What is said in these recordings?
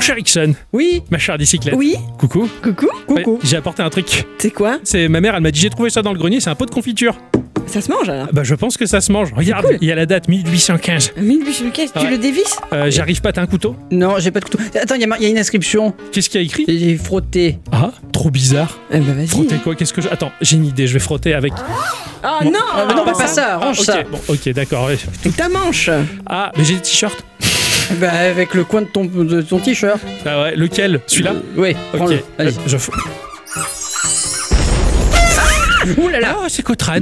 cher Ixon, Oui, ma chère bicyclette. oui, Coucou. coucou, coucou. Ouais, J'ai apporté un truc. C'est quoi C'est ma mère, elle m'a dit j'ai trouvé ça dans le grenier, c'est un pot de confiture. Ça se mange alors Ah Bah je pense que ça se mange. Regarde, cool. il y a la date 1815. 1815, Ouais. tu le dévisses Euh, J'arrive pas, t'as un couteau Non, j'ai pas de couteau. Attends, il y, a mar- il y a une inscription. Qu'est-ce qu'il y a écrit J'ai- J'ai frotté. Ah, trop bizarre. Eh ben vas-y. Frotter quoi Qu'est-ce que je... Attends, j'ai une idée, je vais frotter avec. Ah Bon. non Ah, mais non, pas, pas ça, Ah, range ok, ça. bon, ok, d'accord. ouais. Tout ta manche Ah, mais j'ai des t-shirts. Bah, avec le coin de ton, de ton t-shirt. Ah ouais, lequel Celui-là Ouais, Ok. prends-le. euh, Vas-y. je... f- Ouh là là Ah, c'est Cotran.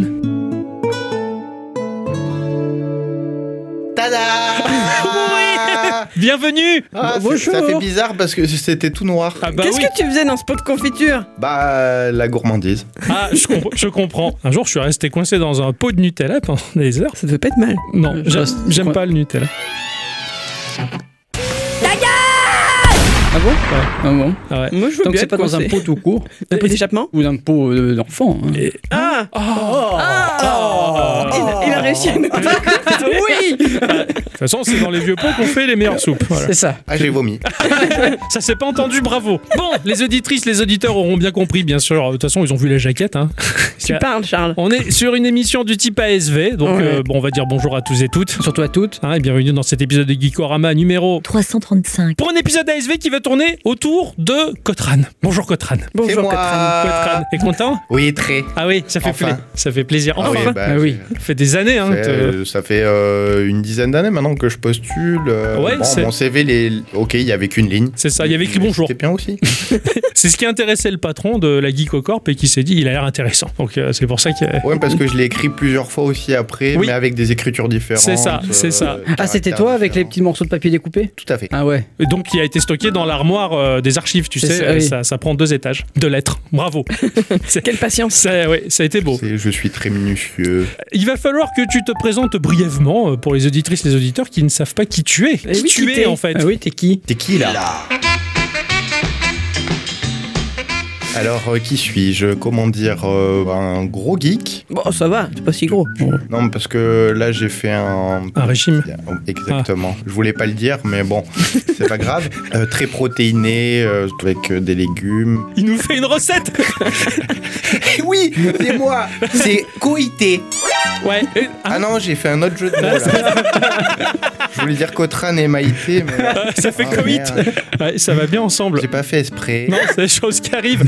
Tada Bienvenue Ah, c'est- Bonjour. Ça fait bizarre parce que c'était tout noir. Ah bah Qu'est-ce oui. que tu faisais dans ce pot de confiture Bah, euh, la gourmandise. Ah, je, comp- je comprends. Un jour, je suis resté coincé dans un pot de Nutella pendant des heures. Ça devait pas être mal. Non, Euh, Je j'aime- reste- j'aime ouais. pas le Nutella. Ah bon Ah bon Ah ouais. Moi je veux Tant que bien c'est pas dans un pot tout court. Un pot d'échappement Ou d'un pot euh, d'enfant. hein. Et- Ah Oh. Ah Oh. il, a- il a réussi à nous Oui De toute façon, c'est dans les vieux pots qu'on fait les meilleures soupes. Voilà. C'est ça. Ah, j'ai vomi. Ça s'est pas entendu, bravo. Bon, les auditrices, les auditeurs auront bien compris, bien sûr. De toute façon, ils ont vu la jaquette. Hein. Tu parles Charles. On est sur une émission du type ASV, donc Ouais. euh, bon, on va dire bonjour à tous et toutes. Surtout à toutes. Hein, et bienvenue dans cet épisode de Geekorama numéro. 335. Pour un épisode ASV qui va tourner autour de Cotran. Bonjour Cotran. C'est Bonjour moi. Catherine. Cotran, t'es content Oui, très. Ah oui, ça fait, Euh, Enfin. pla- ça fait plaisir. Enfin, oui, bah, Ah oui. c'est- ça fait des années. Hein, c'est- que- euh, ça fait euh, une dizaine d'années maintenant que je postule. euh, Ouais, bon, c'est- mon CV, les... ok, il y avait qu'une ligne. C'est ça, il y avait écrit Mais bonjour. C'était bien aussi. C'est ce qui intéressait le patron de la Geekocorp et qui s'est dit il a l'air intéressant. Donc euh, c'est pour ça que. Ouais, parce que je l'ai écrit plusieurs fois aussi après, Oui. mais avec des écritures différentes. C'est ça, c'est euh, ça. Ah, c'était caractères toi avec les différents. petits morceaux de papier découpés Tout à fait. Ah ouais. Et donc il a été stocké dans l'armoire euh, des archives, tu C'est sais, ça, euh, oui. ça, ça prend deux étages de lettres. Bravo. Quelle patience Ça, ouais, ça a été beau. C'est- Je suis très minutieux. Il va falloir que tu te présentes brièvement euh, pour les auditrices, les auditeurs qui ne savent pas qui tu es. Eh Qui oui, tu qui es t'es en fait. Ah oui, t'es qui T'es qui là Alors, euh, qui suis-je Comment dire euh, Un gros geek Bon ça va, c'est pas si gros. Non, parce que là, j'ai fait un. Un régime. Exactement. Je voulais pas le dire, mais bon, c'est pas grave. Euh, très protéiné, euh, avec euh, des légumes. Il nous fait une recette. Eh oui, c'est moi C'est coïté Hein? Ouais. Et- Ah ah, non, j'ai fait un autre jeu de mots là. Je voulais dire Cotran et Maïté, mais. Euh, ça fait Ah, coït. merde. Ouais, ça va bien ensemble. J'ai pas fait esprit. Non, c'est des choses qui arrivent.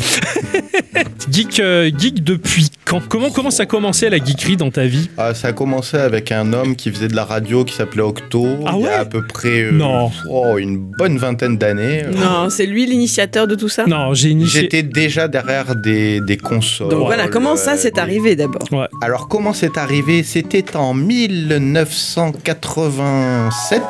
geek, euh, geek depuis quand Comment comment ça a commencé la geekerie dans ta vie Ah, ça a commencé avec un homme qui faisait de la radio qui s'appelait Octo. Ah il y ouais a à peu près euh, Non. oh, une bonne vingtaine d'années. Non, c'est lui l'initiateur de tout ça Non, j'ai initié. J'étais déjà derrière des, des consoles. Donc voilà, comment ça euh, c'est des- arrivé d'abord Alors comment c'est arrivé C'était en 1987.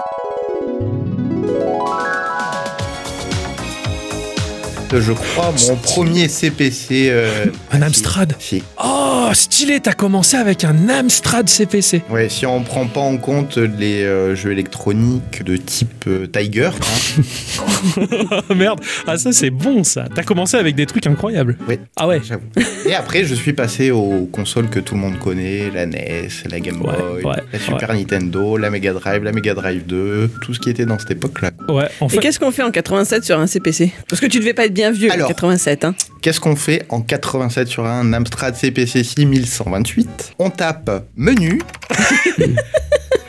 Je crois mon premier CPC. euh, Un Amstrad. Si. Oh, stylé, t'as commencé avec un Amstrad CPC. Ouais, si on prend pas en compte les euh, jeux électroniques de type euh, Tiger, hein, Oh merde, ah ça c'est bon ça. T'as commencé avec des trucs incroyables. Oui. Ah ouais. J'avoue. Et après, je suis passé aux consoles que tout le monde connaît, la NES, la Game Ouais, Boy, ouais, la Super Nintendo, la Mega Drive, la Mega Drive 2, tout ce qui était dans cette époque-là. Ouais, en Et fait. qu'est-ce qu'on fait en 87 sur un CPC Parce que tu devais pas être bien vieux en Alors. 87 hein. Qu'est-ce qu'on fait en 87 sur un Amstrad CPC 6128 On tape menu.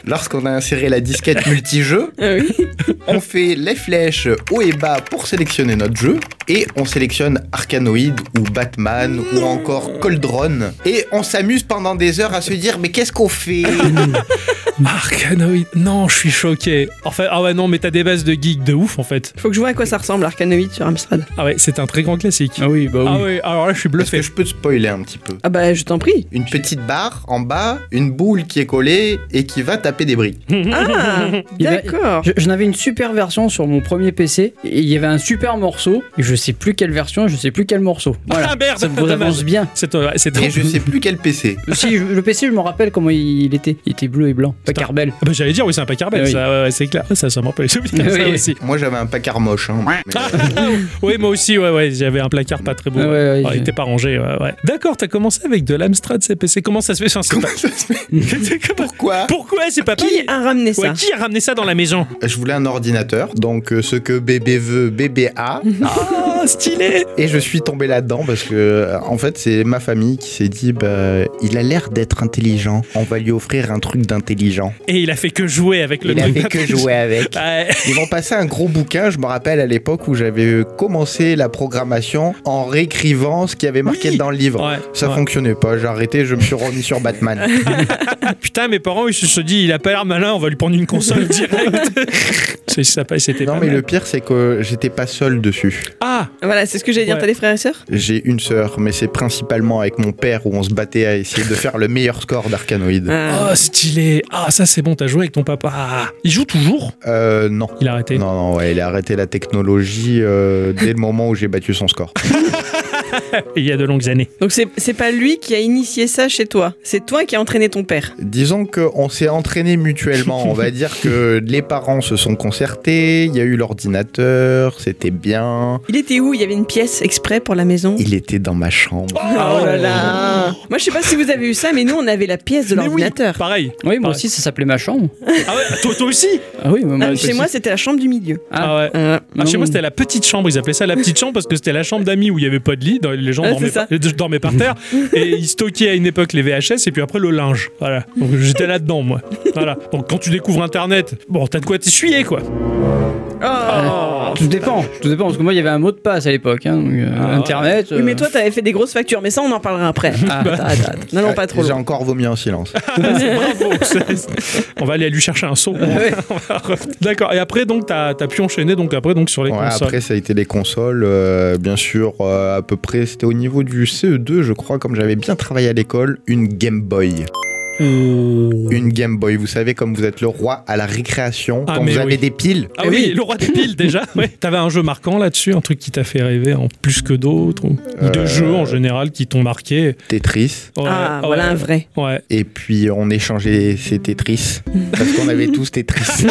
Lorsqu'on a inséré la disquette multijeu, Ah oui. on fait les flèches haut et bas pour sélectionner notre jeu et on sélectionne Arcanoid ou Batman ou encore Coldron et on s'amuse pendant des heures à se dire mais qu'est-ce qu'on fait Arcanoid. Non, je suis choqué. En fait, ah ouais, non, mais t'as des bases de geek de ouf en fait. Faut que je vois à quoi ça ressemble Arcanoid sur Amstrad. Ah ouais, c'est un très grand classique. Ah oui, bah Ah oui. ouais, alors là je suis Est-ce que bluffé. je peux te spoiler un petit peu Ah bah je t'en prie. Une petite barre en bas, une boule qui est collée et qui va taper des briques. Ah Il va- d'accord. Je, je n'avais une super version sur mon premier PC et il y avait un super morceau. Et je sais plus quelle version, je sais plus quel morceau. Voilà. Ah merde, ça vous dommage. avance bien. C'est euh, c'est Et je sais plus quel PC. Si je- le PC, je me rappelle comment il était. Il était bleu et blanc. Pas Carbel. Ah bah, J'allais dire, oui, c'est un Packard Bell, Oui. ça, ouais, ouais, c'est clair. Ça, ça me rappelle les souvenirs, ça Oui. aussi. Ah, Moi j'avais un packard moche. Hein. Mais, euh, Oui, moi aussi, ouais, ouais, j'avais un placard pas très beau. Ah ouais, ouais, Ah, il j'ai- était pas rangé, ouais, ouais. D'accord, t'as commencé avec de l'Amstrad CPC. Comment ça se fait sans comment ça se fait euh, Pourquoi Pourquoi c'est pas Qui a ramené ça Ouais, qui a ramené ça dans la maison Je voulais un ordinateur, donc euh, ce que bébé veut, bébé a. Ah, stylé Et je suis tombé là-dedans parce que, euh, en fait, c'est ma famille qui s'est dit bah, il a l'air d'être intelligent, on va lui offrir un truc d'intelligent. Et il a fait que jouer avec le Il a truc. fait que jouer avec. Ouais. Ils vont passer un gros bouquin, je me rappelle à l'époque où j'avais commencé la programmation en réécrivant ce qui avait marqué Oui. dans le livre. Ouais, Ça ouais. fonctionnait pas, j'ai arrêté, je me suis remis sur Batman. Ah, Putain, mes parents, ils se sont dit, il a pas l'air malin, on va lui prendre une console directe. c'est ça, pas- c'était non pas mais mal. le pire c'est que j'étais pas seul dessus. Ah Voilà, c'est ce que j'allais dire. Ouais. T'as des frères et sœurs J'ai une sœur, mais c'est principalement avec mon père où on se battait à essayer de faire le meilleur score d'Arcanoïde. Ah. Oh, stylé Ah, ça, c'est bon, t'as joué avec ton papa. Il joue toujours Euh non. Il a arrêté. Non, non, ouais, il a arrêté la technologie euh, dès le moment où j'ai battu son score. Il y a de longues années. Donc c'est c'est pas lui qui a initié ça chez toi. C'est toi qui a entraîné ton père. Disons qu'on s'est entraîné mutuellement. On va dire que les parents se sont concertés, il y a eu l'ordinateur, c'était bien. Il était où Il y avait une pièce exprès pour la maison. Il était dans ma chambre. Ah, Oh là là Moi je sais pas si vous avez eu ça, mais nous on avait la pièce de Mais oui, l'ordinateur. Pareil. Oui, moi Ouais. aussi, ça s'appelait ma chambre. Ah ouais, toi, toi aussi Ah oui, moi, Ah, moi chez aussi. moi c'était la chambre du milieu. Ah ouais. Euh, Ah, chez Non, moi, non. c'était la petite chambre. Ils appelaient ça la petite chambre parce que c'était la chambre d'amis où il n'y avait pas de lit. dans- Les gens Ah, dormaient, c'est ça. par, euh, dormaient par terre. et ils stockaient à une époque les VHS et puis après le linge. Voilà. Donc j'étais là-dedans, moi. Voilà. Donc quand tu découvres Internet, bon, t'as de quoi t'essuyer, quoi. Oh. Oh. Euh, tout dépend, tout dépend, parce que moi il y avait un mot de passe à l'époque, hein, donc, euh, Ah, internet. Oui, euh, mais toi t'avais fait des grosses factures, mais ça on en parlera après. Ah, Attends, attends. Non, non, pas trop. J'ai long. encore vomi en silence. Bravo. Ah, C'est- On va aller lui chercher un seau. ouais. On va re- D'accord. Et après, donc, t'as as pu enchaîner donc après donc sur les Ouais, consoles. après, ça a été les consoles. euh, bien sûr, euh, à peu près, c'était au niveau du CE2, je crois, comme j'avais bien travaillé à l'école, une Game Boy. Une Game Boy, vous savez, comme vous êtes le roi à la récréation, Ah, quand mais vous avez oui. des piles, Ah Eh oui, oui. le roi des piles déjà. Ouais. T'avais un jeu marquant là-dessus, un truc qui t'a fait rêver en plus que d'autres, ou, ou de Euh. jeux en général qui t'ont marqué. Tetris. Ouais, Ah, ouais, voilà un vrai. Ouais. Et puis on échangeait ces Tetris. Parce qu'on avait tous Tetris.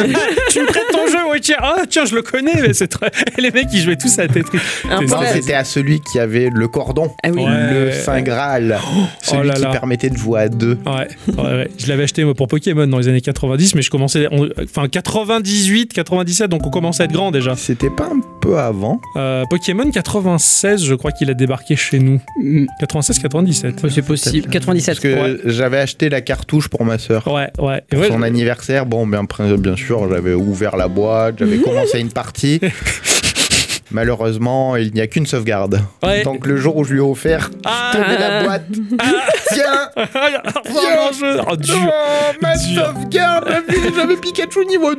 tu me prêtes ton jeu, ouais, tiens, ah, tiens, je le connais, mais c'est très... Et les mecs, ils jouaient tous à Tetris. Un T'es Non, problème. Ouais. c'était à celui qui avait le cordon, Ah oui. Ouais. le Saint Graal, celui oh là qui là. permettait de jouer à deux. Ouais, ouais, ouais. Je l'avais acheté moi, pour Pokémon dans les années 90, mais je commençais. on- Enfin, 98, 97, donc on commence à être grand déjà. C'était pas un peu avant Euh, Pokémon 96, je crois qu'il a débarqué chez nous. Mm, 96, 97. C'est possible. Parce 97. que j'avais acheté la cartouche pour ma sœur. Ouais, ouais. Et Pour ouais, son anniversaire, bon, bien, pr- bien sûr, j'avais ouvert la boîte, j'avais commencé une partie. Malheureusement, il n'y a qu'une sauvegarde. Ouais. Donc le jour où je lui ai offert, Ah, tournez la boîte. Tiens, Vraiment un jeu. Oh, non, dur. ma Dur. sauvegarde, ma vie, j'avais Pikachu niveau 2.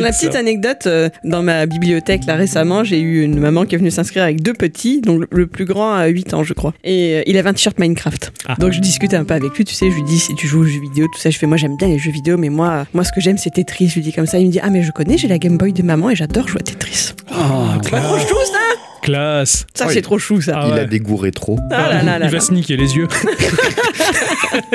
la petite anecdote, euh, dans ma bibliothèque, là récemment, j'ai eu une maman qui est venue s'inscrire avec deux petits, donc le- le plus grand a 8 ans, je crois. Et euh, il avait un t-shirt Minecraft. Ah. Donc je discutais un peu avec lui, tu sais, je lui dis si tu joues aux jeux vidéo, tout ça. Je fais, moi j'aime bien les jeux vidéo, mais moi, moi ce que j'aime c'est Tetris. Je lui dis comme ça, il me dit, ah mais je connais, j'ai la Game Boy de maman et j'adore jouer à Tetris. Ah, C'est pas trop chou ça Classe. Ça Oui. c'est trop chou ça. Ah Il ouais. a des goûts rétro. Ah là là Bah, là il va là. se niquer les yeux.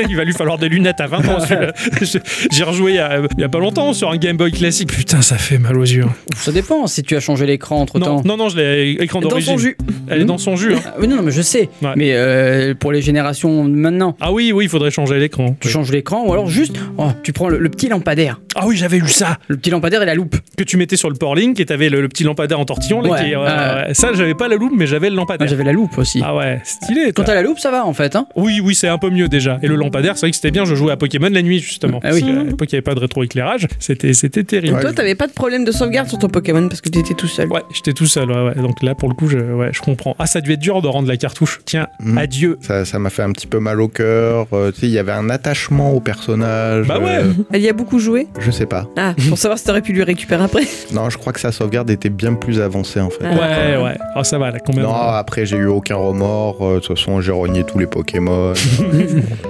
il va lui falloir des lunettes à 20 ans. celui-là. Je- J'ai rejoué il y, a, il y a pas longtemps sur un Game Boy classique. Putain, ça fait mal aux yeux. ça dépend si tu as changé l'écran entre Non, temps. Ah, non, non, je l'ai écran Dans d'origine. son jus. Elle est dans son jus. hein. non, non, mais je sais. Ouais. Mais euh, pour les générations de maintenant, Ah oui, oui, il faudrait changer l'écran. tu changes l'écran ou alors juste, oh, tu prends le, le petit lampadaire. Ah oui, j'avais eu ça Le petit lampadaire et la loupe. que tu mettais sur le port link et t'avais le, le petit lampadaire en tortillon. Là, Ouais, Ah qui- ouais. ouais. Ça, j'avais pas la loupe, mais j'avais le Ah, lampadaire. J'avais la loupe aussi. Ah ouais, stylé. Quand toi. t'as la loupe, ça va en fait. Hein Oui, oui, c'est un peu mieux déjà. Et le lampadaire, c'est vrai que c'était bien. Je jouais à Pokémon la nuit justement. Ah oui. Parce qu'à l'époque, il n'y avait pas de rétroéclairage. C'était, c'était terrible. Ouais, Toi, t'avais pas de problème de sauvegarde sur ton Pokémon parce que t'étais tout seul. Ouais, j'étais tout seul, ouais, ouais. Donc là, pour le coup, je, ouais, je comprends. Ah, ça a dû être dur de rendre la cartouche. Tiens, Mhm. adieu. Ça ça m'a fait un petit peu mal au cœur. euh, tu sais, il y avait un attachement au personnage. Bah ouais. Elle y a beaucoup joué je Je sais pas. Ah, pour savoir si t'aurais pu lui récupérer après. Non, je crois que sa sauvegarde était bien plus avancée en fait. Ah. Ouais, ouais. Oh, ça va, là, combien Non, après j'ai eu aucun remords. euh, De toute façon, j'ai rogné tous les Pokémon.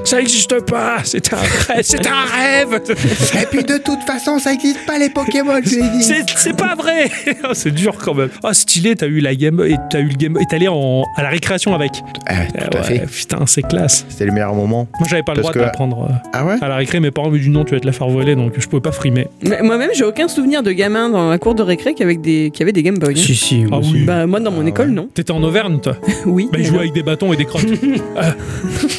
Ça existe pas C'est un rêve C'est un rêve Et puis de toute façon, ça existe pas les Pokémon, je l'ai dit. C'est c'est pas vrai Oh, C'est dur quand même. Oh, stylé, t'as eu la Game Boy et t'as eu le Game Boy et t'es allé en, à la récréation avec. Ah, tout Eh à ouais, fait. Putain, c'est classe. C'était le meilleur moment. Moi, j'avais pas le Parce droit de la que- prendre. euh, Ah ouais À la récré, mes parents me disent non, tu vas te la faire voler, donc je pouvais pas frimer. Mais Moi-même, j'ai aucun souvenir de gamin dans la cour de récré qui avait des, qui avait des Game Boy. hein. Si, si. Ah oui. oui. Bah, moi, dans mon école, non. T'étais en Auvergne, toi Oui. Bah, ils jouaient avec des bâtons et des crottes.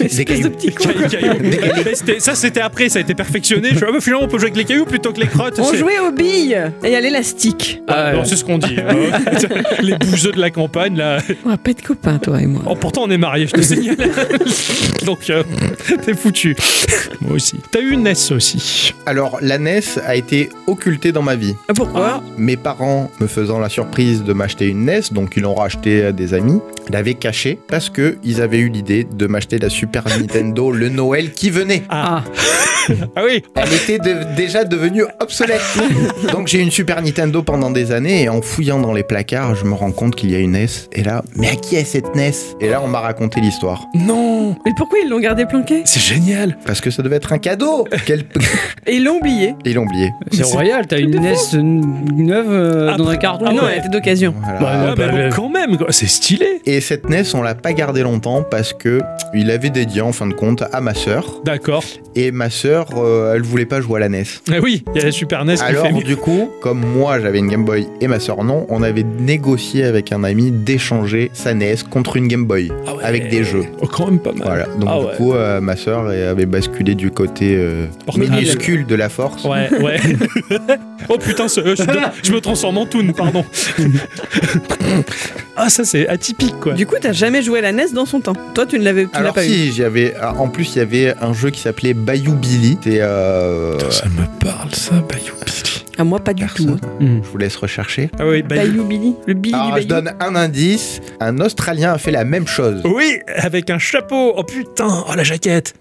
Espèce cailloux. de petit con. Cailloux, cailloux. Mais c'était- ça, c'était après, ça a été perfectionné. Je suis, ah, bah, finalement, on peut jouer avec les cailloux plutôt que les crottes. On C'est- jouait aux billes et à l'élastique. Ah, Non, ouais. c'est ce qu'on dit. hein. les bouseux de la campagne, là. On va pas être copains, toi et moi. Oh, pourtant, on est mariés, je te signale. Donc, euh, t'es foutu. Moi aussi. T'as eu une NES aussi. Alors, la NES a été occultée dans ma vie. Ah, Pourquoi Mes parents, me faisant la surprise de m'acheter une NES, donc ils l'ont racheté à des amis, l'avaient cachée parce que ils avaient eu l'idée de m'acheter la Super Nintendo le Noël qui venait. Ah, Ah oui Elle était de- déjà devenue obsolète. Donc j'ai eu une Super Nintendo pendant des années et en fouillant dans les placards, je me rends compte qu'il y a une NES. Et là, mais à qui est cette NES Et là, on m'a raconté l'histoire. Non Mais pourquoi ils l'ont gardé planqué C'est génial Parce que ça devait être un cadeau. Quel... Et ils l'ont oublié. Ils l'ont oublié. c'est C'est- royal, t'as une NES neuve euh, Ah, dans un carton. Ah non, quoi. elle était d'occasion. Voilà. Ouais, Ah, mais bah, bon, le- quand même, quoi. c'est stylé Et cette NES, on l'a pas gardée longtemps parce que il avait dédié en fin de compte à ma sœur. D'accord. Et ma sœur, euh, elle voulait pas jouer à la NES. Ah oui, il y a la Super NES Ah, Alors qui fait mieux. du coup, comme moi j'avais une Game Boy et ma sœur non, on avait négocié avec un ami d'échanger sa NES contre une Game Boy Ah ouais. avec des jeux. Oh, quand même pas mal. Voilà. Donc Ah du ouais. coup, euh, ma sœur elle avait basculé du côté euh, Portable. minuscule de la force. Ouais, ouais. oh putain, ce- euh, je, je me transforme en Toon, pardon. ah, ça c'est atypique quoi. Du coup, t'as jamais joué à la NES dans son temps. Toi, tu ne l'avais tu l'as Alors pas eu. si, j'avais en plus il y avait un jeu qui s'appelait Bayou Billy. C'est euh, me parle ça, Bayou Billy. Ah, moi, pas du personne. tout. Mm. Hmm. Je vous laisse rechercher. Ah oui, Bayou. Bayou Billy. Le Billy Ah, Alors, du je Bayou. donne un indice. Un Australien a fait la même chose. Oui, avec un chapeau. Oh putain, oh la jaquette.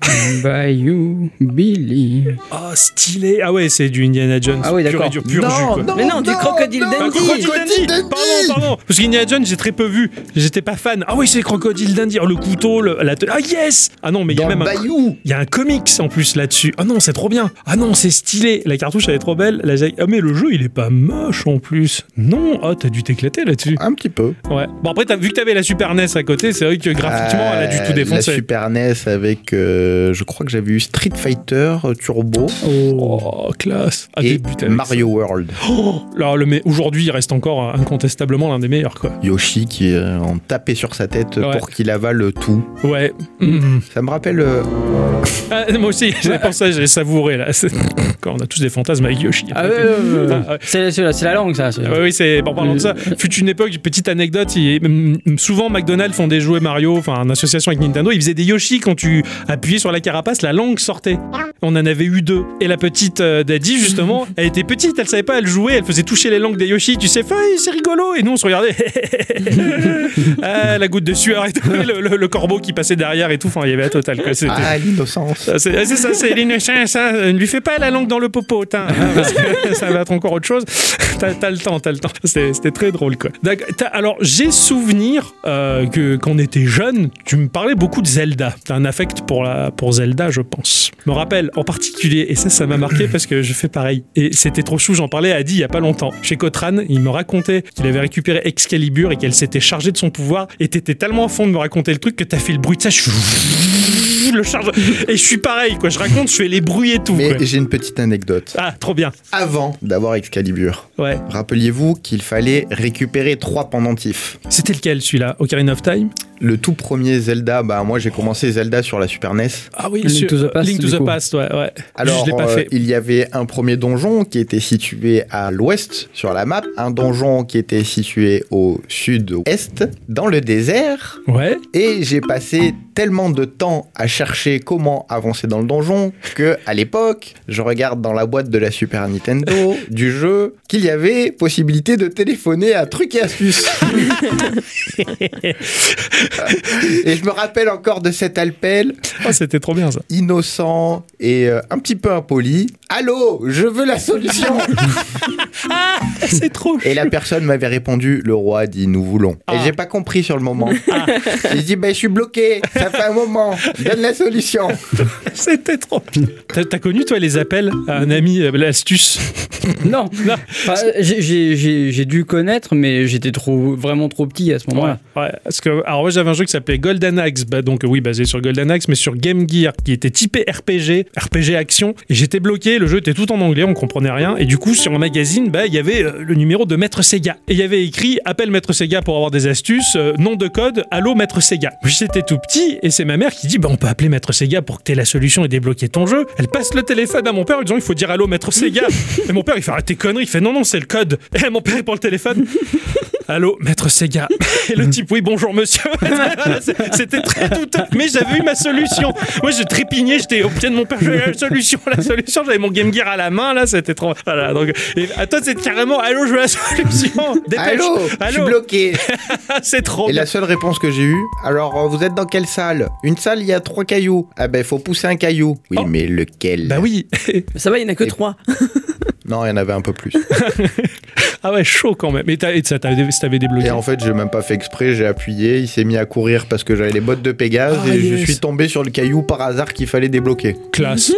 Bayou Billy. Oh stylé. Ah ouais, c'est du Indiana Jones. Ah oui, pur et d'accord. du pur jus quoi. Mais non, du Crocodile Oh non, Dundee. Crocodile Crocodile Dundee. Dundee. Pardon, pardon. Parce qu'Indiana Jones, j'ai très peu vu. J'étais pas fan. Ah oui, c'est Crocodile Dundee. Oh, le couteau, le- la te- Ah yes Ah non, mais il y a Dans même un. Bayou. Il y a un comics en plus là-dessus. Ah non, c'est trop bien. Ah non, c'est stylé. La cartouche, elle est trop belle. La... ja- Ah mais le jeu, il est pas moche en plus. Non, ah t'as dû t'éclater là-dessus. Un petit peu. Ouais. Bon après, t'as vu que t'avais la Super NES à côté, c'est vrai que graphiquement, Ah, elle a dû tout Euh, La défoncer. Super NES avec, euh, je crois que j'avais eu Street Fighter, euh, Turbo Oh, classe. Ah, et débute avec Mario World. ça. Oh, là, le... mais aujourd'hui, il reste encore euh, incontestablement l'un des meilleurs quoi. Yoshi qui euh, en tapait sur sa tête Ouais. pour qu'il avale tout. Ouais. Mhm. Ça me rappelle. euh, Ah, moi aussi, j'ai pensé, j'ai savouré là. C'est- Quand on a tous des fantasmes avec Yoshi. Ah ouais, ouais, ouais, ouais. Ah ouais. C'est c'est la, c'est la langue, ça. c'est- Ah bah oui, c'est en parlant de ça. Fut une époque, petite anecdote, il- mm, souvent McDonald's font des jouets Mario, enfin en association avec Nintendo, ils faisaient des Yoshi quand tu appuyais sur la carapace, la langue sortait. On en avait eu deux. Et la petite euh, Daddy, justement, elle était petite, elle savait pas, elle jouait, elle faisait toucher les langues des Yoshi, tu sais, feuille, c'est rigolo. Et nous, on se regardait. ah, la goutte de sueur et tout, et le, le- le corbeau qui passait derrière et tout, enfin, il y avait la totale. quoi. C'était- Ah, l'innocence. ah, C'est ah, c'est ça, c'est l'innocent, ça. euh, Ne lui fais pas la langue dans le popo, tain, hein, parce que ça va être encore autre chose. T'as t'as le temps, t'as le temps. C'est- C'était très drôle, quoi. D'ac- t'as- Alors, j'ai souvenir euh, que quand on était jeune, tu me parlais beaucoup de Zelda. T'as un affect pour, la, pour Zelda, je pense. Je me rappelle en particulier, et ça, ça m'a marqué parce que je fais pareil. Et c'était trop chou, j'en parlais à Adi il y a pas longtemps. Chez Cotran, il me racontait qu'il avait récupéré Excalibur et qu'elle s'était chargée de son pouvoir. Et t'étais tellement à fond de me raconter le truc que t'as fait le bruit de ça. je- Le charge. Et je suis pareil, quoi. Je raconte, je fais les bruits et tout. Mais quoi. j'ai une petite anecdote. Ah, trop bien. Avant d'avoir Excalibur, Ouais. rappeliez-vous qu'il fallait récupérer trois pendentifs. C'était lequel, celui-là Ocarina of Time Le tout premier Zelda, bah moi j'ai commencé Zelda sur la Super E NES. Ah oui, Link sur- to the Past, Link to du the coup. Past, ouais, ouais. Alors, je l'ai pas euh, fait. il y avait un premier donjon qui était situé à l'ouest sur la map, un donjon qui était situé au sud-est, dans le désert, Ouais. et j'ai passé tellement de temps à chercher comment avancer dans le donjon que à l'époque, je regarde dans la boîte de la Super Nintendo du jeu qu'il y avait possibilité de téléphoner à truc et astuces. et je me rappelle encore de cet appel Oh, c'était trop bien ça. innocent et euh, un petit peu impoli. Allô, je veux la solution. C'est trop Et la personne m'avait répondu, le roi dit, nous voulons. Ah. Et j'ai pas compris sur le moment. J'ai dit, ben je suis bloqué, ça fait un moment, donne la solution. C'était trop bien. T'as, t'as connu, toi, les appels à un ami, euh, l'astuce Non, Non. Enfin, j'ai- j'ai j'ai- j'ai dû connaître, mais j'étais trop, vraiment trop petit à ce moment-là. Ouais, parce que, alors moi j'avais un jeu qui s'appelait Golden Axe, bah, donc oui basé sur Golden Axe, mais sur Game Gear qui était typé RPG, RPG action, et j'étais bloqué, le jeu était tout en anglais, on comprenait rien, et du coup sur un magazine, bah, il y avait euh, le numéro de Maître Sega, et il y avait écrit appelle Maître Sega pour avoir des astuces, euh, nom de code, allô Maître Sega. J'étais tout petit, et c'est ma mère qui dit, bah on peut appeler Maître Sega pour que t'aies la solution et débloquer ton jeu. Elle passe le téléphone à mon père en disant, il faut dire allô Maître Sega. et mon père il fait, arrête tes conneries, il fait, non non c'est le code. Et mon père il prend le téléphone, Allô, maître Sega. Et le type, oui, bonjour monsieur. C'était très douteux, mais j'avais eu ma solution. Moi, je trépignais, j'étais au pied de mon père, j'avais la solution, la solution. J'avais mon Game Gear à la main, là, c'était trop. Voilà, donc, et à toi, c'est carrément, allô, je veux la solution. Dépêche. Allô, je suis allô, ah, bloqué. c'est trop. Et la seule réponse que j'ai eue, alors euh, vous êtes dans quelle salle Une salle, il y a trois cailloux. Ah ben faut pousser un caillou. Oui, Oh. mais lequel Bah oui. Ça va, il n'y en a que Et- trois. Non, il y en avait un peu plus. Ah ouais, chaud quand même. Mais t'as- et ça, t'avais t'avais débloqué. Et en fait, j'ai même pas fait exprès, j'ai appuyé, il s'est mis à courir parce que j'avais les bottes de Pégase Ah, et je yes. suis tombé sur le caillou par hasard qu'il fallait débloquer. Classe.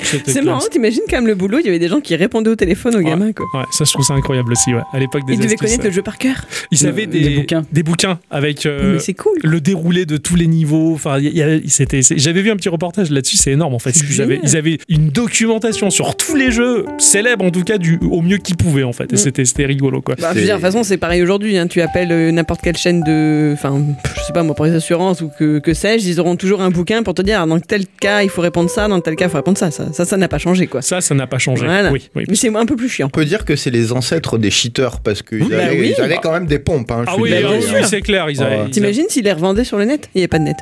C'était C'est classe. marrant, t'imagines quand même le boulot, il y avait des gens qui répondaient au téléphone aux Ouais. gamins, quoi. Ouais, ça je trouve ça incroyable aussi, ouais. À l'époque des Ils devaient astuces, connaître ça. le jeu par cœur. Ils avaient des, Des bouquins. des bouquins avec euh, Mais c'est cool. le déroulé de tous les niveaux. Enfin, il y a- c'était. c'est- J'avais vu un petit reportage là-dessus. C'est énorme en fait. C'est Ils avaient, génial. ils avaient une documentation sur tous les jeux célèbres en tout cas du au mieux qu'ils pouvaient en fait. Et Mm. c'était c'était rigolo quoi. Bah, je veux dire, de toute façon, c'est pareil aujourd'hui. hein. Tu appelles euh, n'importe quelle chaîne de. Enfin, pff, je sais pas moi, pour les assurances ou que, que sais-je, ils auront toujours un bouquin pour te dire ah, dans tel cas il faut répondre ça, dans tel cas il faut répondre ça. Ça, ça ça n'a pas changé quoi. Ça, ça n'a pas changé. Voilà. Oui, oui. Mais c'est un peu plus chiant. On peut dire que c'est les ancêtres des cheaters parce qu'ils Bah avaient, oui. ils avaient quand même des pompes. hein, je Ah suis oui, désolé, ah oui, hein. oui, c'est clair. Ils Ouais. avaient, ils avaient- T'imagines s'ils les revendaient sur le net Il n'y avait pas de net.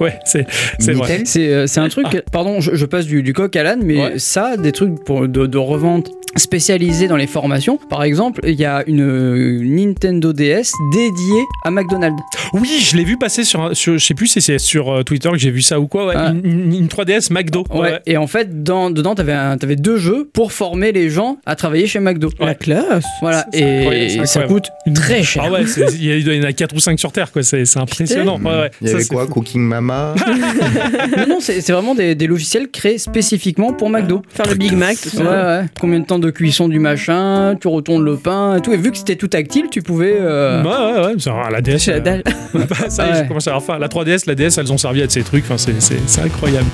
Ouais, c'est c'est vrai. Nickel. C'est euh, c'est un truc, pardon, je, je passe du, du coq à l'âne, mais Ouais. ça, des trucs pour, de, de revente spécialisés dans les formations. Par exemple, il y a une euh, Nintendo DS dédiée à McDonald's. Oui, je l'ai vu passer sur, un- sur- je sais plus si c'est sur euh, Twitter que j'ai vu ça ou quoi. ouais. Ah. Une, une- une 3DS McDo. Ouais. Ouais. Et en fait, dans, dedans, t'avais un- t'avais deux jeux pour former les gens à travailler chez McDo. Ouais. La classe. Voilà. C'est incroyable, c'est Et ça incroyable. coûte très cher. Ah ouais, c'est- il y a- il y en a 4 ou 5 sur Terre, quoi. C'est c'est impressionnant. Ouais, ouais. Il y Ça, avait c'est- quoi Cooking Mama non, non, c'est c'est vraiment des, des logiciels créés spécifiquement pour McDo. Faire le Big Mac, tout Ouais, ça. ouais. Combien de temps de cuisson du machin, tu retournes le pain et tout. Et vu que c'était tout tactile, tu pouvais. euh, Ouais, ouais, ouais. c'est- ah, La DS, C'est la euh, dalle. Bah, ça y est, Ouais. j'ai commencé à avoir faim. La 3DS, la DS, elles ont servi à de ces trucs. Enfin, c'est- c'est c'est incroyable.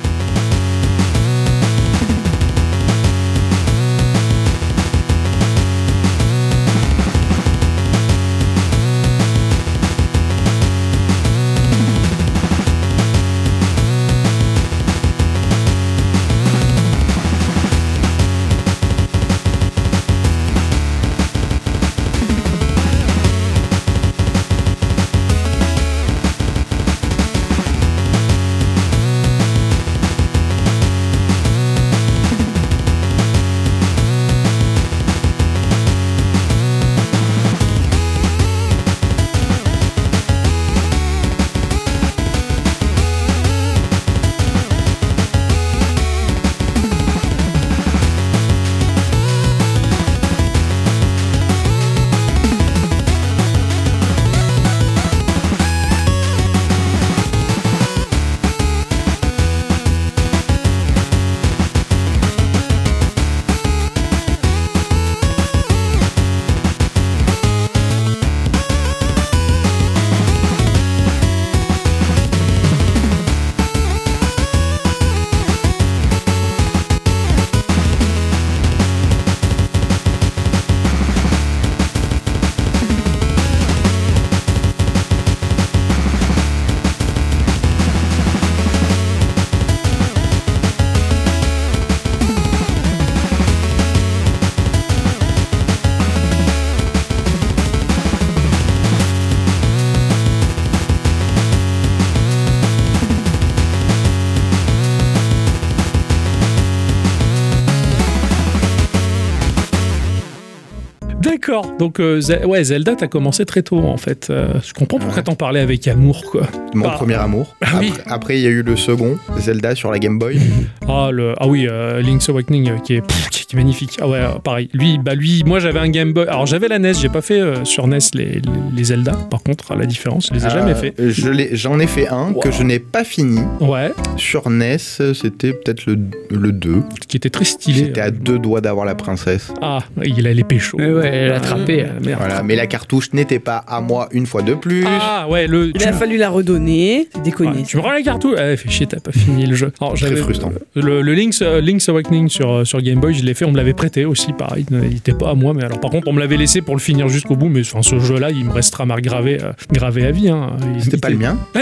D'accord. Donc, euh, Ze- ouais, Zelda, t'as commencé très tôt, en fait. Euh, je comprends pourquoi Ouais. t'en parlais avec amour, quoi. Mon Bah. premier amour. Ah oui. Après- Après, il y a eu le second, Zelda sur la Game Boy. Ah, le, ah oui, euh, Link's Awakening euh, qui est, pff, qui est magnifique. Ah ouais, euh, pareil. Lui, bah lui, moi j'avais un Game Boy. Alors j'avais la NES, j'ai pas fait euh, sur NES les, les, les Zelda. Par contre, à la différence, je les ai jamais Euh, fait. je l'ai- J'en ai fait un que je n'ai pas fini. Ouais, Sur NES, c'était peut-être le, le 2. qui était très stylé. euh, J'étais à deux doigts d'avoir la princesse. Ah, il allait pécho. Ouais, ouais, elle l'a Ah, attrapé. euh, ah, merde. Voilà, mais la cartouche n'était pas à moi une fois de plus. Ah ouais, le. Il tu- a fallu la redonner. C'est Ouais, déconné. tu me rends la cartouche Ah, fais chier, t'as pas fini le jeu. Alors, Très j'avais- frustrant. Le, le Link's, euh, Link's Awakening sur, euh, sur Game Boy, je l'ai fait, on me l'avait prêté aussi, pareil. Il était pas à moi, mais alors par contre, on me l'avait laissé pour le finir jusqu'au bout, mais enfin, ce jeu-là, il me restera mal gravé, euh, gravé à vie. hein. Il- C'était il pas le mien. Ah,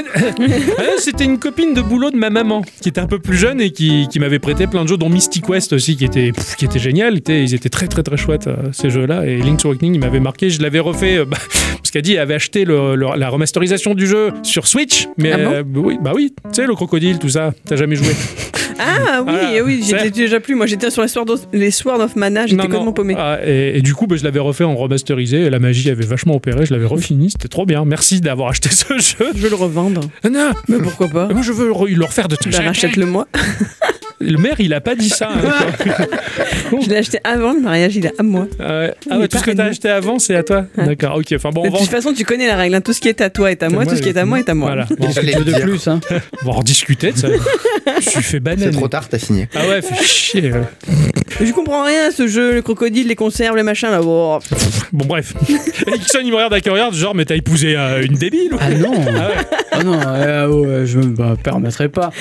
C'était une copine de boulot de ma maman, qui était un peu plus jeune et qui, qui m'avait prêté plein de jeux, dont Mystic West aussi, qui était, pff, qui était génial. Ils étaient- Ils étaient très très très chouettes, euh, ces jeux-là. Et Link's Awakening, il m'avait marqué. Je l'avais refait, euh, bah, parce qu'elle dit, elle avait acheté le- le- la remasterisation du jeu sur Switch. Mais Ah bon euh, bah oui, bah oui, tu sais, le crocodile, tout ça, t'as jamais joué. Ah oui, Voilà. eh oui, C'est- j'étais déjà plus. Moi, j'étais sur les Sword of, les Sword of Mana, Non, j'étais non. complètement paumé. Ah, et, et du coup, bah, je l'avais refait en remasterisé. Et la magie avait vachement opéré. Je l'avais refini. C'était trop bien. Merci d'avoir acheté ce jeu. Je veux le revendre. Ah, Non, Mais pourquoi pas moi je veux re- le refaire de tout Bah, rachète-le moi. Le maire, il a pas dit ça. hein. Je l'ai acheté avant le mariage, il est à moi. Ah ouais. Ah Il ouais, est tout ce que pas t'as réglé. acheté avant, c'est à toi. Ouais. D'accord, ok. Enfin bon, De on va toute façon, tu connais la règle. hein. Tout ce qui est à toi est à moi, tout ce qui est à moi est à moi. Voilà. Bon, Je l'ai Deux de dit. plus, hein. on va en discuter de ça. Je suis fait C'est banal. trop tard, t'as signé. Ah ouais, fais chier. euh. Je comprends rien à ce jeu, le crocodile, les conserves, les machins là. Oh, pff, Bon, bref. Et Ixon, il me regarde avec un regard, genre, mais t'as épousé euh, une débile ou Ah non Ah ouais. Ah non, euh, ouais, je me bah, permettrai pas.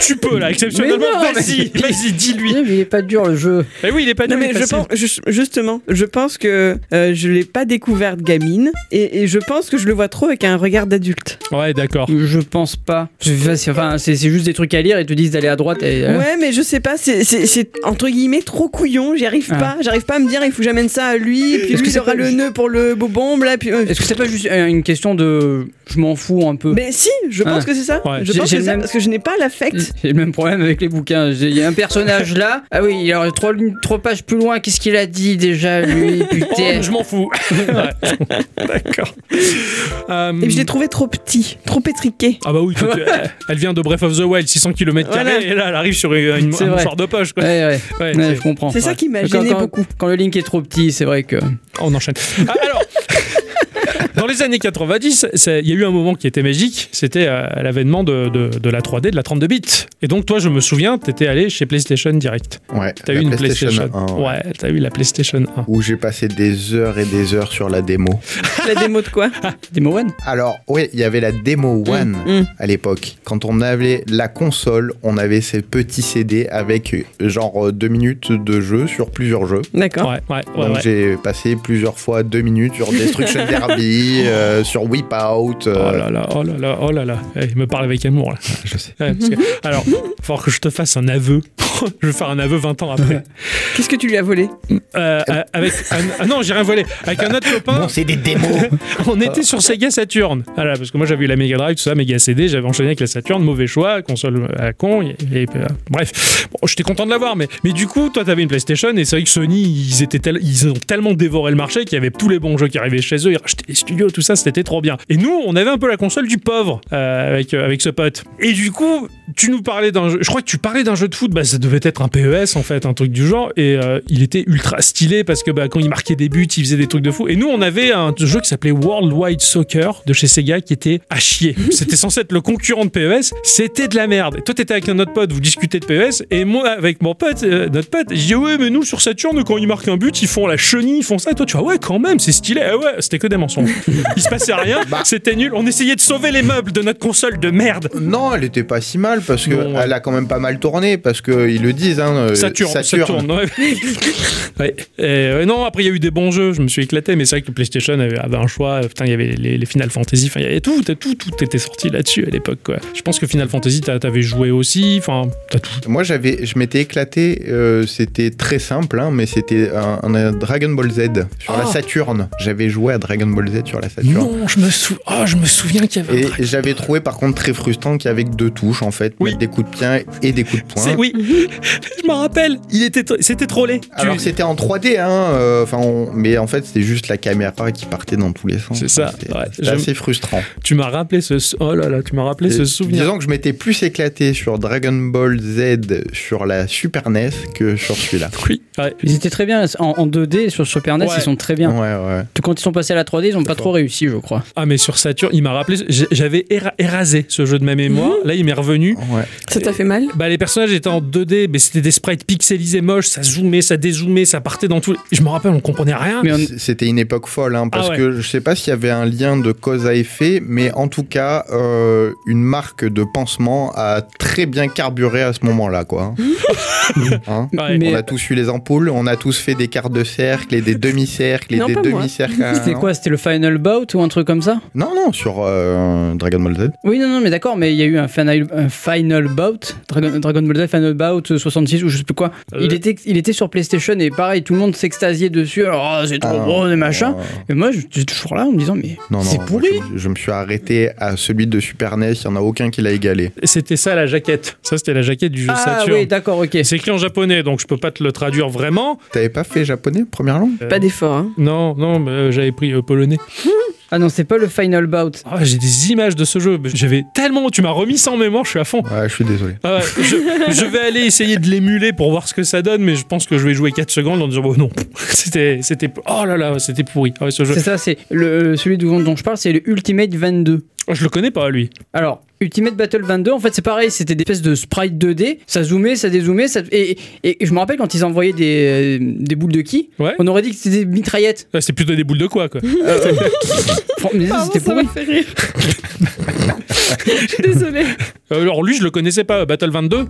Tu peux, là, Mais exceptionnellement. non, Vas-y, mais- vas-y, dis-lui. Mais il est pas dur le jeu. Eh oui, il est pas Non nul, il mais est je facile. pense, je- justement, je pense que euh, je l'ai pas découverte gamine et, et je pense que je le vois trop avec un regard d'adulte. Ouais, d'accord. Je pense pas. Je- c'est- Enfin, c'est c'est juste des trucs à lire et te disent d'aller à droite et. euh, Ouais, mais je sais pas, c'est- c'est c'est, entre guillemets trop couillon, j'y arrive Ah. pas, j'arrive pas à me dire il faut que j'amène ça à lui, et puis Est-ce lui que il c'est aura pas le juste- nœud pour le bobombe là, puis. euh, Est-ce que c'est pas juste euh, une question de. Je m'en fous un peu Mais si, je pense Ah. que c'est ça. Ouais. Je J'ai- pense j'ai que le c'est ça, même- parce que je n'ai pas l'affect. J'ai le même problème avec les bouquins. J'ai- Il y a un personnage là. Ah oui, il y a trois, lignes- trois pages plus loin. Qu'est-ce qu'il a dit déjà, lui Oh, Putain. je m'en fous. Ouais. D'accord. Euh, Et puis je Hmm. l'ai trouvé trop petit, trop étriqué. Ah bah oui, toi, tu- elle vient de Breath of the Wild, 600 km Voilà. et là, elle arrive sur une, une, C'est un vrai. mouchoir de poche. Quoi. Ouais, ouais. Ouais, Ouais, c'est- je comprends. C'est ça qui m'a Ouais. Quand- gêné quand- beaucoup. Quand le link est trop petit, c'est vrai que. On enchaîne. Ah, alors, dans les années 90, c'est- il y a eu un moment qui était magique. C'était euh, l'avènement de, de- de la 3D, de la 32 bits. Et donc, toi, je me souviens, t'étais allé chez PlayStation Direct. Ouais. T'as la eu une PlayStation. 1, ouais. ouais, t'as eu la PlayStation 1. Où j'ai passé des heures et des heures sur la démo. La démo de quoi Des Moen Alors, oui, il y avait la démo One mm. à l'époque. Quand on avait la console, on avait ces petits CD avec euh, genre euh, deux minutes de jeu sur plusieurs jeux. D'accord. Ouais, ouais, ouais. Donc ouais. j'ai passé plusieurs fois deux minutes sur Destruction Derby, euh, sur Whip Out. euh, Ah, Oh là là, oh là là, oh là là. Eh, il me parle avec amour là. je sais. Ouais, parce que- alors, il va falloir que je te fasse un aveu. je vais faire un aveu 20 ans après. Qu'est-ce que tu lui as volé Euh, euh, avec un- ah non, j'ai rien volé. Avec un autre copain. Bon, c'est des démos. On était sur Sega Saturn. Voilà, parce que moi j'avais eu la Mega Drive, tout ça, Mega CD, j'avais enchaîné avec la Saturn, mauvais choix, console à la con. et- et- euh, bref, bon, j'étais content de l'avoir, mais, mais du coup, toi t'avais une PlayStation et c'est vrai que Sony, ils, étaient tel- ils ont tellement dévoré le marché qu'il y avait tous les bons jeux qui arrivaient chez eux, ils rachetaient les studios, tout ça, c'était trop bien. Et nous, on avait un peu la console du pauvre euh, avec, euh, avec ce pote. Et du coup, tu nous parlais d'un jeu, je crois que tu parlais d'un jeu de foot, bah ça devait être un PES en fait, un truc du genre, et euh, il était ultra stylé parce que bah, quand il marquait des buts, il faisait des trucs de fou. Et nous, on avait un jeu qui s'appelait World Wide Soccer de chez Sega qui était à chier. C'était censé être le concurrent de PES, c'était de la merde. Et toi, t'étais avec un autre pote, vous discutez de PES, et moi, avec mon pote, euh, notre pote, je dis ouais, mais nous sur Saturne, quand ils marquent un but, ils font la chenille, ils font ça, et toi, tu vois, ouais, quand même, c'est stylé. Ah ouais, c'était que des mensonges. Il se passait rien, Bah. c'était nul. On essayait de sauver les meubles de notre console de merde. Non, elle était pas si mal parce que Non, ouais. elle a quand même pas mal tourné parce que ils le disent. Hein, euh, Ça tourne, ça tourne, ouais. Ouais. Et, euh, non, après, il y a eu des bons jeux, je me suis éclaté, mais c'est vrai que le PlayStation avait, avait un choix. euh, Putain, il y avait les, les Final Fantasy, enfin, il y avait tout, t'as tout, tout était sorti là-dessus à l'époque, quoi. Je pense que Final Fantasy, t'as- t'avais joué aussi, enfin, t'as tout. Moi, j'avais, je m'étais éclaté. euh, c'était très simple, hein, mais c'était un, un Dragon Ball Z sur la Ah. Saturne. J'avais joué à Dragon Ball Z Z sur la Saturn. Non, je me, sou... Ah, je me souviens qu'il y avait Et un track. j'avais trouvé par contre très frustrant qu'avec deux touches en fait, Oui. mettre des coups de pied et des coups de poing. C'est- Oui, je m'en rappelle. Il était, c'était trollé. Tu- Alors c'était en 3D, hein, euh, enfin, on- mais en fait c'était juste la caméra qui partait dans tous les sens. C'est ça, C'était ouais. c'était J'aime- assez frustrant. Tu m'as rappelé ce. Oh là là, tu m'as rappelé ce Et souvenir. Disons que je m'étais plus éclaté sur Dragon Ball Z sur la Super NES que sur celui-là. Oui. Ouais. Ils étaient très bien en, en 2D sur Super NES, Ouais. ils sont très bien. Ouais, ouais. Quand ils sont passés à la 3D, ils ont pas trop réussi, je crois. Ah, mais sur Saturn, il m'a rappelé. j'ai- J'avais éra- érasé ce jeu de ma mémoire. Mmh. Là, il m'est revenu. ouais. Ça t'a fait mal Bah, les personnages étaient en 2D, mais c'était des sprites pixelisés moches. Ça zoomait, ça dézoomait, ça partait dans tous. les- Je me rappelle, on comprenait rien. Mais on- C- C'était une époque folle, hein, parce Ah ouais. que je sais pas s'il y avait un lien de cause à effet, mais en tout cas, euh, une marque de pansement a très bien carburé à ce moment-là, quoi. Hein Ouais. mais- euh, on a tous eu les ampoules, on a tous fait des quarts de cercle et des demi-cercles et Non, des pas moi. demi-cercles. à- C'était quoi C'était le Final Bout ou un truc comme ça Non, non, sur euh, Dragon Ball Z. Oui, non, non, mais d'accord, mais il y a eu un Final, un final Bout, Dragon, Dragon Ball Z Final Bout 66 ou je sais plus quoi. Il, Euh. était, il était sur PlayStation et pareil, tout le monde s'extasiait dessus. Alors, oh, c'est trop Ah, gros et machin. euh, Et moi, j'étais toujours là en me disant, mais Non, non, c'est moi, pourri. je, me- je me suis arrêté à celui de Super NES, il n'y en a aucun qui l'a égalé. Euh, C'était ça la jaquette. Ça, c'était la jaquette du jeu Ah Saturn. oui, d'accord, ok. c'est écrit en japonais, donc je peux pas te le traduire vraiment. T'avais pas fait japonais, première langue Euh, Pas d'effort. Hein. Non, non, mais, euh, j'avais pris euh, polonais. Ah non, c'est pas le Final Bout. Ah, j'ai des images de ce jeu. mais J'avais tellement. Tu m'as remis ça en mémoire, je suis à fond. Ouais, je suis désolé. Ah ouais, je, je vais aller essayer de l'émuler pour voir ce que ça donne, mais je pense que je vais jouer 4 secondes en disant bon non, c'était c'était oh là là, c'était pourri. Ah ouais, ce jeu, C'est ça, c'est le, euh, celui dont, dont je parle, c'est le Ultimate 22. Oh, je le connais pas lui. Alors, Ultimate Battle 22, en fait, c'est pareil, c'était des espèces de sprite 2D, ça zoomait, ça dézoomait, ça... Et, et- et je me rappelle quand ils envoyaient des, euh, des boules de qui, Ouais. on aurait dit que c'était des mitraillettes. Ah, C'est plutôt des boules de quoi quoi. Fran- Ah, mais ça, c'était ça pourri. m'a fait rire. Je suis désolée. Alors lui, je le connaissais pas. euh, Battle 22,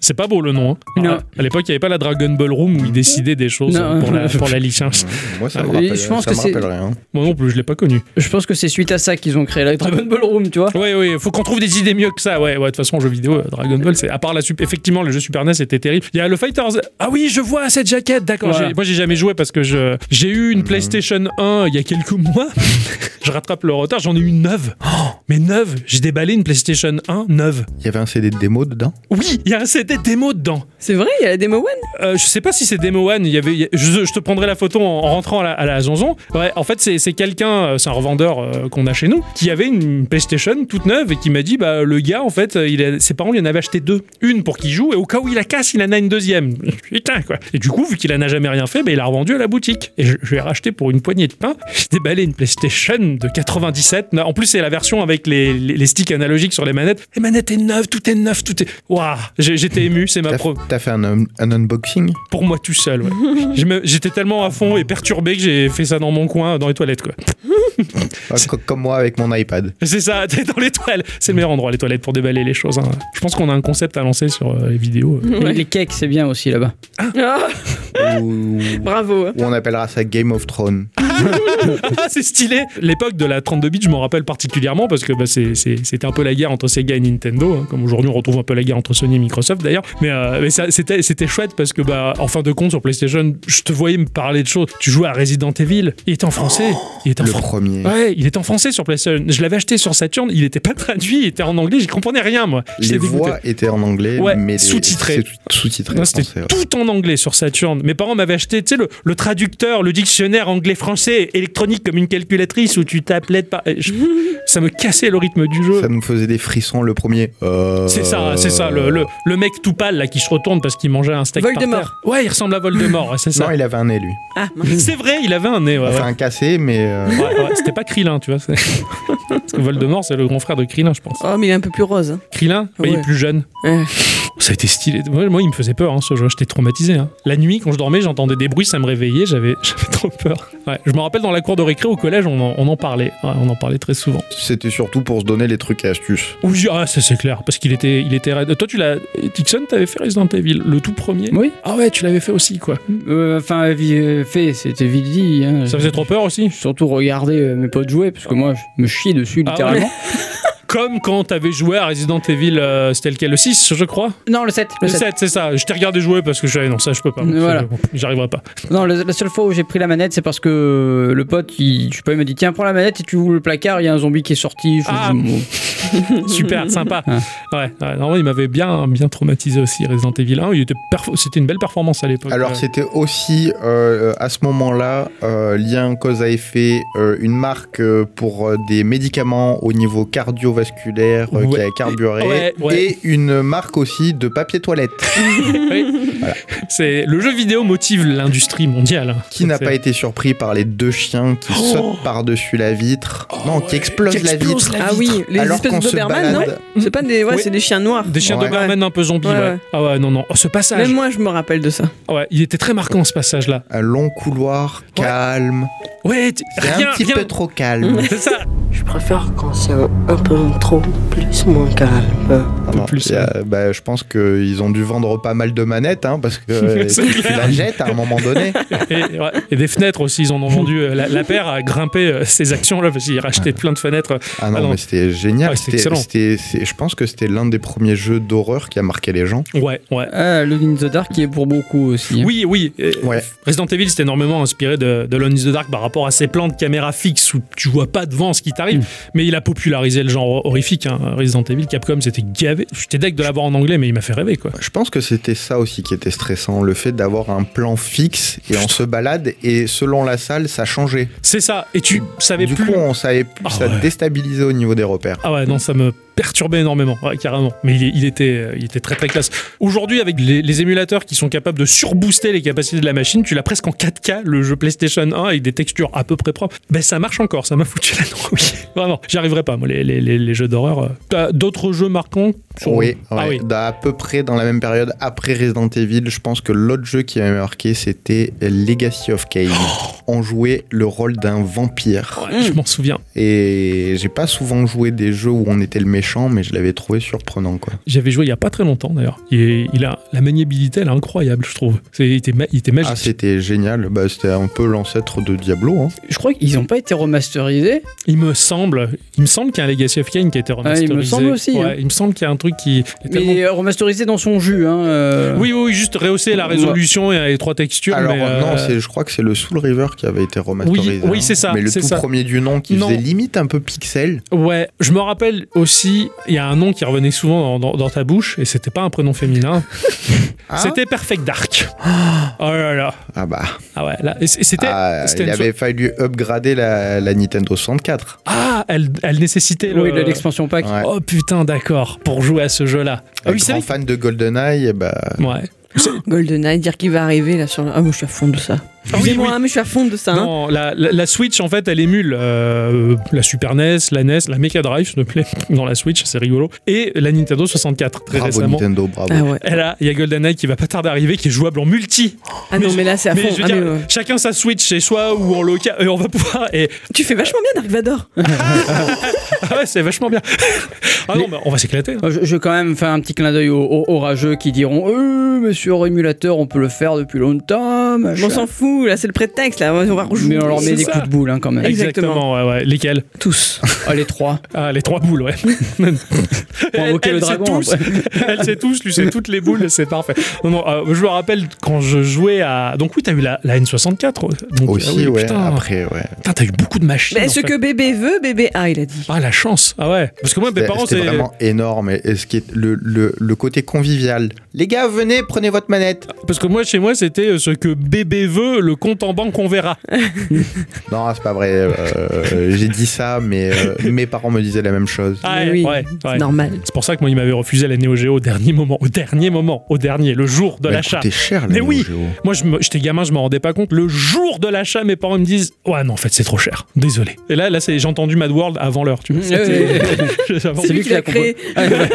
c'est pas beau le nom. hein. Non. Alors, À l'époque, il y avait pas la Dragon Ball Room où il décidait des choses Non. euh, pour la pour la licence. Moi, ça Ah, me oui, rappelle, je pense ça que me c'est- rappelle rien. Moi non plus, je l'ai pas connu. Je pense que c'est suite à ça qu'ils ont créé la Dragon Ball Room, tu vois. Oui, oui, faut qu'on trouve des idées mieux que ça. Ouais, ouais, de toute façon, jeux vidéo, euh, Dragon Ball, c'est. À part la Sup- Effectivement, le jeu Super NES était terrible. Il y a le Fighters. Ah oui, je vois cette jaquette, d'accord. Voilà. j'ai- Moi, j'ai jamais joué parce que je... j'ai eu une PlayStation 1 il y a quelques mois. je rattrape le retard, j'en ai eu une neuve. Oh, mais neuve, j'ai déballé une PlayStation 1 neuve. Il y avait un CD de démo dedans Oui, il y a un CD démo dedans. C'est vrai, il y a la démo One Euh, je sais pas si c'est Demo One. Il y avait, il y a- je, je te prendrai la photo en, en rentrant à la, à la Zonzon. Ouais, en fait, c'est c'est quelqu'un, euh, c'est un revendeur euh, qu'on a chez nous, qui avait une PlayStation toute neuve et qui m'a dit bah, le gars, en fait, euh, il a- ses parents lui en avaient acheté deux. Une pour qu'il joue et au cas où il la casse, il en a une deuxième. Putain, quoi. Et du coup, vu qu'il en a jamais rien fait, bah, il l'a revendu à la boutique. Et je, je l'ai racheté pour une poignée de pain. J'ai déballé une PlayStation de 97. En plus, c'est la version avec les, les- les sticks analogiques sur les manettes. Les manettes est neuve, tout est neuf, tout est. Waouh, j'ai- j'étais ému, c'est ma T'as pro t'as fait un, un unboxing pour moi tout seul. ouais. Je me- J'étais tellement à fond et perturbé que j'ai fait ça dans mon coin, dans les toilettes. quoi. Ah, co- Comme moi avec mon iPad. C'est ça, t'es dans les toilettes. C'est le meilleur endroit, les toilettes, pour déballer les choses. hein. Je pense qu'on a un concept à lancer sur euh, les vidéos. euh. Les- Les cakes, c'est bien aussi là-bas. Ah, Ou, Bravo. hein. ou on appellera ça Game of Thrones. Ah, c'est stylé L'époque de la 32 bits, je m'en rappelle particulièrement parce que bah, c'est- c'est- c'était un peu la guerre entre Sega et Nintendo. hein. Comme aujourd'hui, on retrouve un peu la guerre entre Sony et Microsoft d'ailleurs. Mais, euh, mais ça, c'était c'était chouette parce que, bah, en fin de compte, sur PlayStation, je te voyais me parler de choses. Tu jouais à Resident Evil. Il était en français. Il était en Le français. premier. Ouais, il est en français sur PlayStation. Je l'avais acheté sur Saturn, il était pas traduit, il était en anglais, j'y comprenais rien moi. Les J'étais dégoûté. voix étaient en anglais, Ouais, mais les- sous-titrées. c'est Sous-titrées. Non, français, c'était ouais. tout en anglais sur Saturn. Mes parents m'avaient acheté, tu sais, le, le traducteur, le dictionnaire anglais-français électronique comme une calculatrice où tu tapes lettre par- je- Ça me cassait le rythme du jeu. Ça nous faisait des frissons le premier. Euh, C'est ça, c'est ça, le, le, le mec tout pâle là qui se retourne parce qu'il mangeait un steak Voldemort. par terre. Ouais, il ressemble à Voldemort, ouais, c'est ça. Non, il avait un nez, lui. Ah, mince. C'est vrai, il avait un nez. ouais, ouais. Enfin, un cassé, mais. euh, Ouais, ouais, c'était pas Krillin, tu vois. c'est- Parce que Voldemort, c'est le grand frère de Krillin, je pense. Oh, mais il est un peu plus rose. hein. Krillin, bah, il est Ouais. plus jeune. Ouais. Ça a été stylé. Moi, moi, il me faisait peur, hein, ce jeu. J'étais traumatisé. hein. La nuit, quand je dormais, j'entendais des bruits, ça me réveillait. J'avais, j'avais trop peur. Ouais, je me rappelle dans la cour de récré au collège, on en, on en parlait. Ouais, on en parlait très souvent. C'était surtout pour se donner les trucs et astuces. Oui, ah, ça c'est clair, parce qu'il était, il était. raide. Toi, tu l'as. Dixon, t'avais fait Resident Evil, le tout premier. Oui. Ah ouais, tu l'avais fait aussi, quoi. Euh, Enfin, vi- euh, fait, c'était vite dit. hein. Ça faisait trop peur aussi. Surtout regarder euh, mes potes jouer, parce que moi, je me chie dessus Ah littéralement. Comme quand t'avais joué à Resident Evil, euh, c'était lequel Le 6, je crois Non, le 7. Le 7, c'est ça. Je t'ai regardé jouer parce que je savais, non, ça, je peux pas. Mais C'est- voilà. bon, J'y arriverai pas. Non, le- la seule fois où j'ai pris la manette, c'est parce que euh, le pote, il, je sais pas, il m'a dit Tiens, prends la manette et tu ouvres le placard, il y a un zombie qui est sorti. Je- Ah. je- Super, sympa. Ouais. Hein. Ouais, ouais, normalement, il m'avait bien, bien traumatisé aussi, Resident Evil 1. Il était perfo- C'était une belle performance à l'époque. Alors Euh, c'était aussi euh, à ce moment-là euh, lien cause à effet euh, une marque euh, pour euh, des médicaments au niveau cardiovasculaire euh, qui Ouais. a carburé Ouais, ouais. et une marque aussi de papier toilette C'est le jeu vidéo motive l'industrie mondiale. hein. qui n'a C'est- pas été surpris par les deux chiens qui Oh. sautent par-dessus la vitre non qui explosent qui la explosent vitre la Ah oui, les alors espèces qu'on de se Doberman, non balade C'est pas des, ouais, Oui. c'est des chiens noirs. Des chiens Ouais. de Doberman un peu zombies, Ouais, ouais. ouais. Ah ouais, non, non. Oh, ce passage, Même moi, je me rappelle de ça. ouais, il était très marquant ce passage-là. un long couloir Ouais. calme Ouais, t- c'est rien, un petit rien. Mmh. peu trop calme C'est ça. Je préfère quand c'est un, un peu trop, plus moins calme. peu Alors, plus, il y a- bah, je pense qu'ils ont dû vendre pas mal de manettes hein, parce que euh, C'est tu clair. la jettes à un moment donné Et, ouais, et des fenêtres aussi, ils en ont vendu. euh, La, la paire a grimpé euh, ces actions-là parce qu'ils rachetaient plein de fenêtres. Ah non, Ah non. mais c'était génial. Ah, c'était c'était, excellent. c'était- c'est- je pense que c'était l'un des premiers jeux d'horreur qui a marqué les gens. Ouais, ouais. Ah, Lone in the Dark qui est pour beaucoup aussi. hein. Oui, oui. euh, Ouais. Resident Evil s'est énormément inspiré de, de Lone in the Dark par rapport à ses plans de caméra fixe où tu vois pas devant ce qui t'arrive. Mm. Mais il a popularisé le genre horrifique. hein. Resident Evil, Capcom, c'était gavé. J'étais deg de l'avoir en anglais, mais il m'a fait rêver, quoi. Je pense que c'était ça aussi qui était stressant, le fait d'avoir un plan fixe et on se balade et selon la salle, ça changeait. C'est ça. Et tu savais du plus. coup, on savait plus, Ah ça ouais. déstabilisait au niveau des repères. Ah ouais, non, ça me perturbait énormément, ouais, carrément. Mais il, est- il était, euh, il était très très classe. Aujourd'hui, avec les, les émulateurs qui sont capables de surbooster les capacités de la machine, tu l'as presque en 4K, le jeu PlayStation 1, avec des textures à peu près propres. Ben ça marche encore, ça m'a foutu la nouille. Vraiment, j'y arriverai pas, moi, les, les- les- les jeux d'horreur. euh. T'as d'autres jeux marquants sur- Oui, Ah ouais. oui. Dans- à peu près dans la même période, après Resident Evil, je pense que l'autre jeu qui m'a marqué, c'était Legacy of Kain. Oh. on jouait le rôle d'un vampire. Ouais, Je m'en souviens. Et j'ai pas souvent joué des jeux où on était le méchant, mais je l'avais trouvé surprenant, quoi. J'avais joué il y a pas très longtemps d'ailleurs. Et il a la maniabilité, elle est incroyable, je trouve. C'est, il, était ma- il était magique. Ah, c'était génial. Bah, c'était un peu l'ancêtre de Diablo. hein. Je crois qu'ils ont pas été remasterisés. Il me semble, il me semble qu'il y a un Legacy of Kain qui a été remasterisé. Ah, semble aussi, Ouais, hein. Il me semble qu'il y a un truc qui. est tellement Mais euh, remasterisé dans son jus. Hein, euh. Oui, oui, oui, juste rehausser la résolution et les trois textures. Alors, mais, euh, non, c'est- je crois que c'est le Soul River qui avait été remasterisé. oui, hein. c'est ça, Mais le c'est tout ça. premier du nom qui Non. faisait limite un peu pixel. Ouais, je me rappelle aussi, il y a un nom qui revenait souvent dans, dans- dans ta bouche, et c'était pas un prénom féminin. Ah, C'était Perfect Dark. oh là là. Ah bah, Ah ouais, là. et c- et c'était. ah, c'était il une avait fallu upgrader la, la Nintendo 64. Ah, elle, elle nécessitait le. Oui, de l'expansion pack. Ouais. Oh putain, d'accord, pour jouer à ce jeu-là. Ah Un oui, c'est grand vrai. fan de GoldenEye, eh bah, Ouais. GoldenEye, dire qu'il va arriver là sur la... Ah, moi je suis à fond de ça. Ah oui, Excusez-moi, oui. hein, mais je suis à fond de ça. hein. Non, la, la- la Switch, en fait, elle émule euh, la Super NES, la NES, la Mega Drive, s'il te plaît, dans la Switch, c'est rigolo, et la Nintendo 64, très bravo récemment. Nintendo, bravo. Ah ouais. Et là, il y a GoldenEye qui va pas tarder à arriver, qui est jouable en multi. Ah Mais non, je- mais là c'est à Mais fond. je veux Ah, dire, mais, euh, chacun sa Switch chez soi ou en local. Et on va pouvoir. Et Tu fais vachement bien Dark Vador. ah ouais, c'est vachement bien. Ah non, mais on va s'éclater. Je, je vais quand même faire un petit clin d'œil aux, aux- aux rageux qui diront euh, mais sur émulateur, on peut le faire depuis longtemps. machin. On s'en fout, là c'est le prétexte, là on va rejouer. Mais on leur met C'est des ça. coups de boule hein, quand même. Exactement. ouais, ouais. Lesquels tous. Ah, les trois. Ah, les trois boules, ouais. Pour invoquer le sait dragon. tous. hein. après. elle sait tous, lui sait toutes les boules, c'est parfait. Non, non, euh, je me rappelle quand je jouais à. Donc oui, t'as eu la, la N64. Donc, Aussi, ah oui, ouais, Putain, après, ouais. putain, t'as eu beaucoup de machines. Mais en ce fait. que bébé veut, bébé a, il a dit. Ah, la chance. Ah ouais. Parce que moi, mes C'était- parents, C'était c'est. vraiment énorme. Et et ce qui est le, le- le côté convivial. Les gars, venez, prenez votre manette. Parce que moi, chez moi, c'était euh, ce que bébé veut, le compte en banque, on verra. Eh Non, ah, c'est pas vrai. euh, J'ai dit ça, mais euh, mes parents me disaient la même chose. Ah ouais, oui, ouais, ouais. c'est normal. C'est pour ça que moi, il m'avait refusé la Neo Geo au dernier moment, au dernier moment, au dernier, le jour de Mais l'achat. coûtait cher, la Mais Neo oui. Geo. Moi, je me- j'étais gamin, je m'en rendais pas compte. Le jour de l'achat, mes parents me disent Ouais, non, en fait, c'est trop cher. Désolé. Et là, là c'est- j'ai entendu Mad World avant l'heure, tu vois. Ouais, ouais, J'avais C'est C'est entendu- lui lui qui qui l'a l'a créé.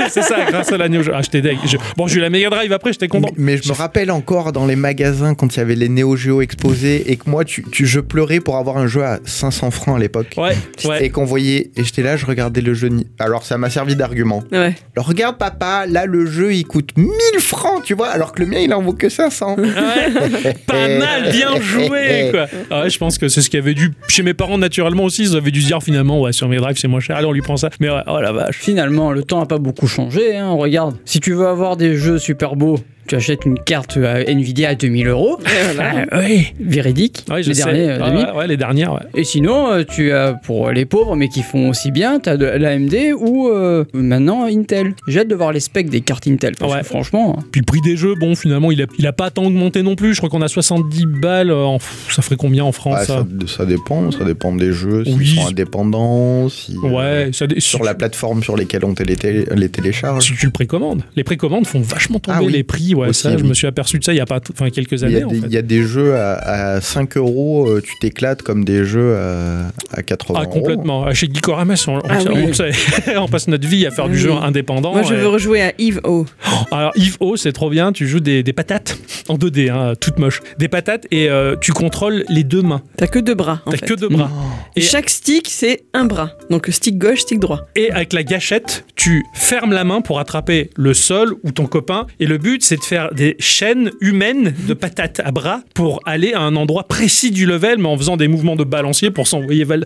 c'est ça, grâce à la Neo Geo. Ah, j'étais deg. Je- Bon, j'ai eu la Mega Drive après, j'étais content. Mais, mais je me rappelle encore dans les magasins quand il y avait les Neo Geo exposés et que moi, tu, tu- je pleurais pour avoir un jeu à 500 francs à l'époque. Ouais, ouais. Et qu'on voyait, et j'étais là, je regardais le jeu. ni- Alors ça m'a servi d'argument. Ouais. Alors, regarde papa, là le jeu il coûte 1000 francs, tu vois, alors que le mien il en vaut que 500. Ouais, pas mal, bien joué quoi. Ah ouais, je pense que c'est ce qu'il y avait dû chez mes parents naturellement aussi. Ils avaient dû se dire finalement ouais sur mes drives c'est moins cher. Allez on lui prend ça. Mais ouais, oh la vache. Finalement, le temps a pas beaucoup changé. Hein. Regarde, si tu veux avoir des jeux super beaux, tu achètes une carte à Nvidia à 2000 euros. Euh, Ah, ouais. Véridique, Ouais, je les sais. derniers. euh, Ah, 2000. ouais, ouais, les dernières. Ouais. Et sinon, euh, tu as pour les pauvres, mais qui font aussi bien, tu as de l'AMD ou euh, maintenant Intel. J'ai hâte de voir les specs des cartes Intel. Parce Ouais. que franchement, hein, Puis le prix des jeux, bon, finalement, il a, il a pas tant augmenté non plus. Je crois qu'on a 70 balles. En, pff, ça ferait combien en France Ah, ça ça, ça dépend, ça dépend des jeux, s'ils Oui. sont indépendants, si, euh, Ouais, ça, dé- si sur tu- la plateforme sur lesquelles on télé- télé- les télécharge. Si tu le précommandes. Les précommandes font vachement tomber Ah oui. les prix. Ouais, Aussi, ça, je oui. me suis aperçu de ça il y a pas, t- enfin, quelques Il y, années. a en des, fait. il y a des jeux à, à 5 euros, euh, tu t'éclates comme des jeux à, à 80 Ah, euros. complètement. Ah, Chez Geekorama, on, on- Ah oui. Ah on sait- on passe notre vie à faire du Oui. jeu indépendant. Moi, je et- veux rejouer à Yves O. Alors, Yves O, c'est trop bien. Tu joues des, des patates en 2D, hein, toutes moches. Des patates et euh, tu contrôles les deux mains. T'as que deux bras. En T'as fait. que deux bras. et- Chaque stick, c'est un bras. Donc, stick gauche, stick droit. Et avec la gâchette, tu fermes la main pour attraper le sol ou ton copain. Et le but, c'est de faire des chaînes humaines de patates à bras pour aller à un endroit précis du level, mais en faisant des mouvements de balancier pour s'envoyer. val-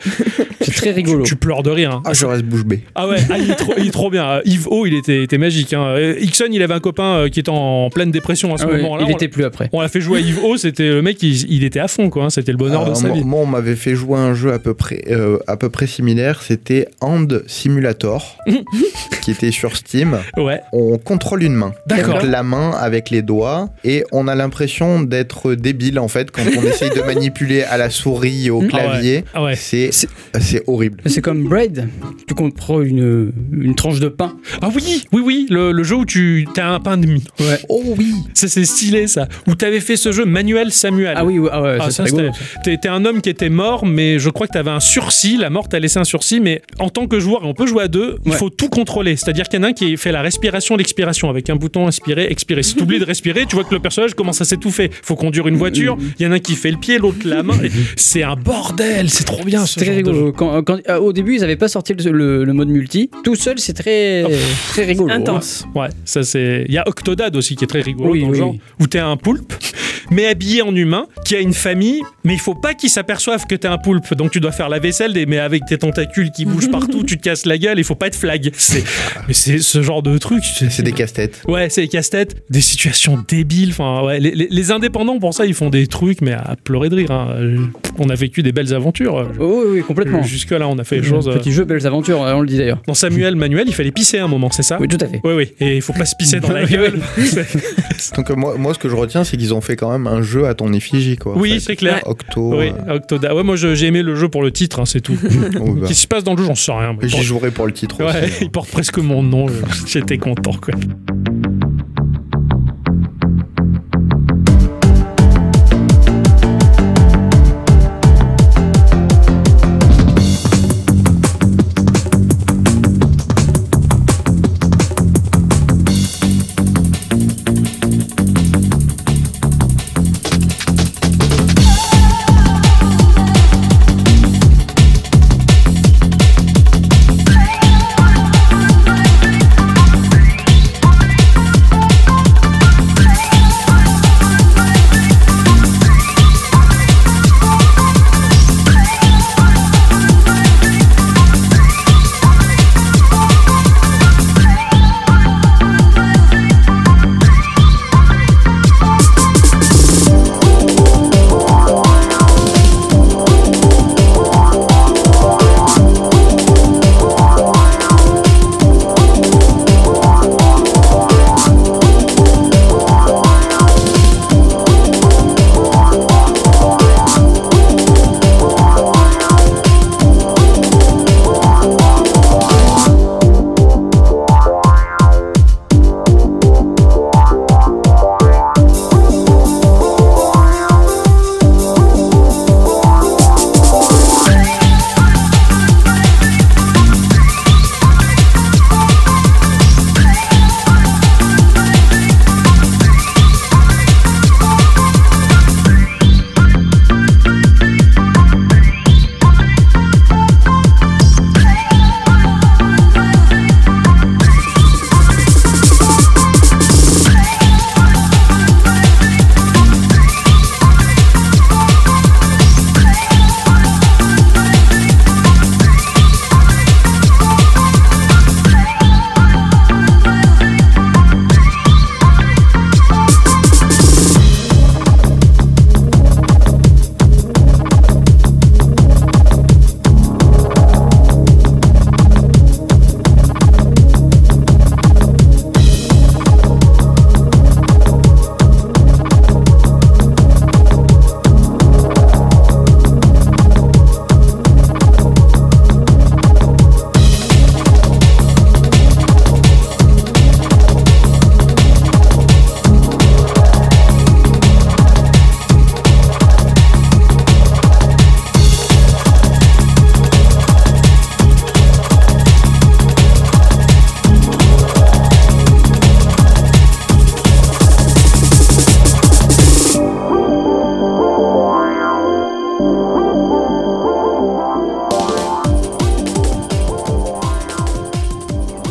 c'est très rigolo. Tu pleures de rire. hein. Ah, je reste bouche bée. Ah ouais, ah, il, est trop, il est trop bien. Euh, Yves O, il était, était magique. Hein. Euh, Ixon, il avait un copain euh, qui était en pleine dépression à ce Ah ouais, moment-là. il On était plus après. l'a- On l'a fait jouer à Yves O, c'était le mec, il, il était à fond, quoi. hein. C'était le Ah, bonheur de Alors, sa Euh, moi, vie. moi, on m'avait fait jouer à un jeu à peu près, euh, à peu près similaire, c'était Hand Simulator, qui était sur Steam. Ouais. On contrôle une main. D'accord. Donc, la main avec les doigts, et on a l'impression d'être débile en fait quand on essaye de manipuler à la souris et au Ah clavier. Ah ouais. C'est C'est- c'est horrible. C'est comme Bread. Tu comprends une, une tranche de pain. Ah oui, oui, oui, le, le jeu où tu t'as un pain de mie. Oh oui Ça, c'est stylé, ça. Où t'avais fait ce jeu Manuel Samuel. Ah oui, ouais, ah ouais, Ah, ça, c'est ça, rigolo. c'était- T'étais un homme qui était mort, mais je crois que t'avais un sursis. La mort t'a laissé un sursis, mais en tant que joueur, et on peut jouer à deux, il Ouais. faut tout contrôler. C'est-à-dire qu'il y en a un qui fait la respiration, l'expiration, avec un bouton inspirer, expirer. Si t'oublies de respirer, tu vois que le personnage commence à s'étouffer. Faut conduire une voiture, il y en a un qui fait le pied, l'autre la main. Et C'est un bordel, c'est trop bien ce C'est très genre de jeu. rigolo. Quand- quand- euh, au début, ils n'avaient pas sorti le, le- le mode multi. Tout seul, c'est très, Oh, très rigolo. Intense. Ouais, ça c'est. Il y a Octodad aussi qui est très rigolo Oui, dans le oui, genre, oui. où t'es un poulpe, mais habillé en humain, qui a une famille, mais il faut pas qu'ils s'aperçoivent que t'es un poulpe, donc tu dois faire la vaisselle, des- mais avec tes tentacules qui bougent partout, tu te casses la gueule, il faut pas être flag. C'est, mais c'est ce genre de truc. C'est des casse-têtes. Ouais, c'est des casse-têtes, des situations débiles. Enfin, ouais, les, les- les indépendants pour ça, ils font des trucs, mais à pleurer de rire. hein. Euh, On a vécu des belles aventures. Oh, oui, oui, complètement. Jusque là, on a fait des choses. euh, Mmh. Petit jeu, belles aventures, hein, on le dit d'ailleurs. Dans Samuel Manuel, il fallait pisser un moment, c'est ça Oui, tout à fait. Oui, oui, et il faut pas se pisser dans la gueule. Donc euh, moi, moi, ce que je retiens, c'est qu'ils ont fait quand même un jeu à ton effigie, quoi. en Oui, fait. c'est clair. Octo. Oui, Octodad. Ouais, moi je- j'ai aimé le jeu pour le titre, hein, c'est tout. euh, oh, bah. Qu'est-ce qui se passe dans le jeu J'en sais rien. mais J'y jouerai pour le titre Ouais, aussi. il porte presque mon nom. je- J'étais content, quoi.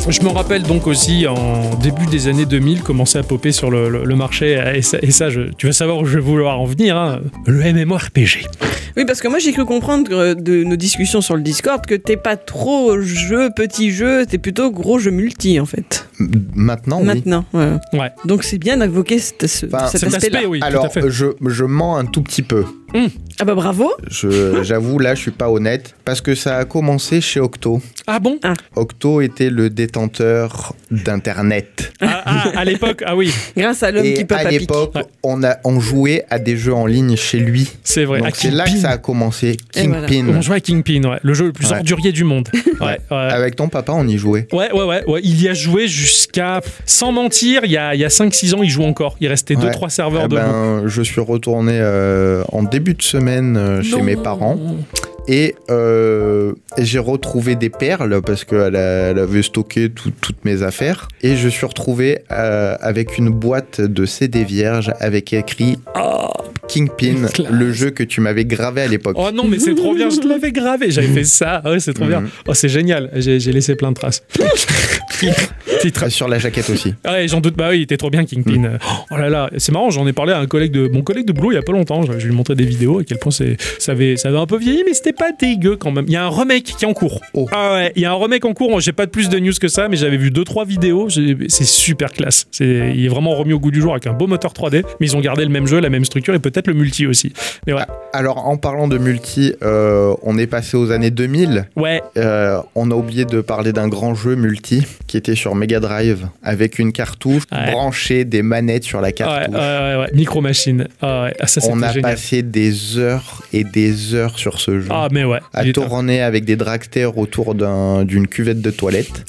Je me rappelle donc aussi en début des années 2000 commencer à popper sur le, le- le marché et ça, et ça, je- tu vas savoir où je vais vouloir en venir, hein. le MMORPG. Oui, parce que moi j'ai cru comprendre euh, de nos discussions sur le Discord que t'es pas trop jeu petit jeu, t'es plutôt gros jeu multi en fait. Maintenant, Ah oui. Maintenant. ouais. Ouais. Donc c'est bien d'invoquer cet, ce- Enfin, cet Cet aspect-là. aspect, oui, tout à Alors, euh, fait. je, je mens un tout petit peu. Ah bah bravo. Je- J'avoue, là, je suis pas honnête. Parce que ça a commencé chez Octo. Ah bon Octo était le détenteur d'Internet. Ah, ah, À l'époque, ah oui, Grâce à l'homme qui Et peut pas à piquer. l'époque, Ouais. on, a- on jouait à des jeux en ligne chez lui. c'est vrai. à Donc c'est là que Kingpin. ça a commencé. voilà. Kingpin. On jouait à Kingpin, ouais, le jeu le plus Ouais. ordurier du monde. Ouais, ouais. Avec ton papa, on y jouait. Ouais, ouais, ouais, ouais. Il y a joué jusqu'à. Sans mentir, il y a, il y a 5-6 ans, il joue encore. Il restait Ouais. 2-3 serveurs Eh de ben, je suis retourné euh, en début de semaine euh, chez mes parents et euh, j'ai retrouvé des perles parce qu'elle a- elle avait stocké tout- toutes mes affaires et je suis retrouvé euh, avec une boîte de CD vierge avec écrit Kingpin, classe. le jeu que tu m'avais gravé à l'époque. Oh non, mais c'est trop bien, je te l'avais gravé. J'avais fait ça. Ah ouais, c'est trop bien. Mhm. Oh, c'est génial. J'ai j'ai laissé plein de traces. Titre. Ah, Sur la jaquette aussi. Ah ouais, j'en doute. Bah oui, il était trop bien, Kingpin. Mm. Oh là là, c'est marrant. J'en ai parlé à un collègue de mon collègue de boulot il y a pas longtemps. Je, je lui montrais des vidéos à quel point c'est ça avait ça avait un peu vieilli, mais c'était pas dégueu quand même. Il y a un remake qui est en cours. Oh. Ah ouais, il y a un remake en cours. J'ai pas de plus de news que ça, mais j'avais vu deux trois vidéos. J'ai- C'est super classe. C'est il est vraiment remis au goût du jour avec un beau moteur 3D. Mais ils ont gardé le même jeu, la même structure et peut-être le multi aussi. Alors en parlant de multi, euh, on est passé aux années 2000. Ouais, Euh, on a oublié de parler d'un grand jeu multi qui était sur Mega Drive avec une cartouche Ouais. branchée des manettes sur la Ouais, cartouche. ouais, ouais, ouais. Micro Machine. Ah, ouais. Ah, ça, on c'était a génial. passé des heures et des heures sur ce jeu. Ah, mais ouais. à Il est- tourner avec des dragsters autour d'un- d'une cuvette de toilette.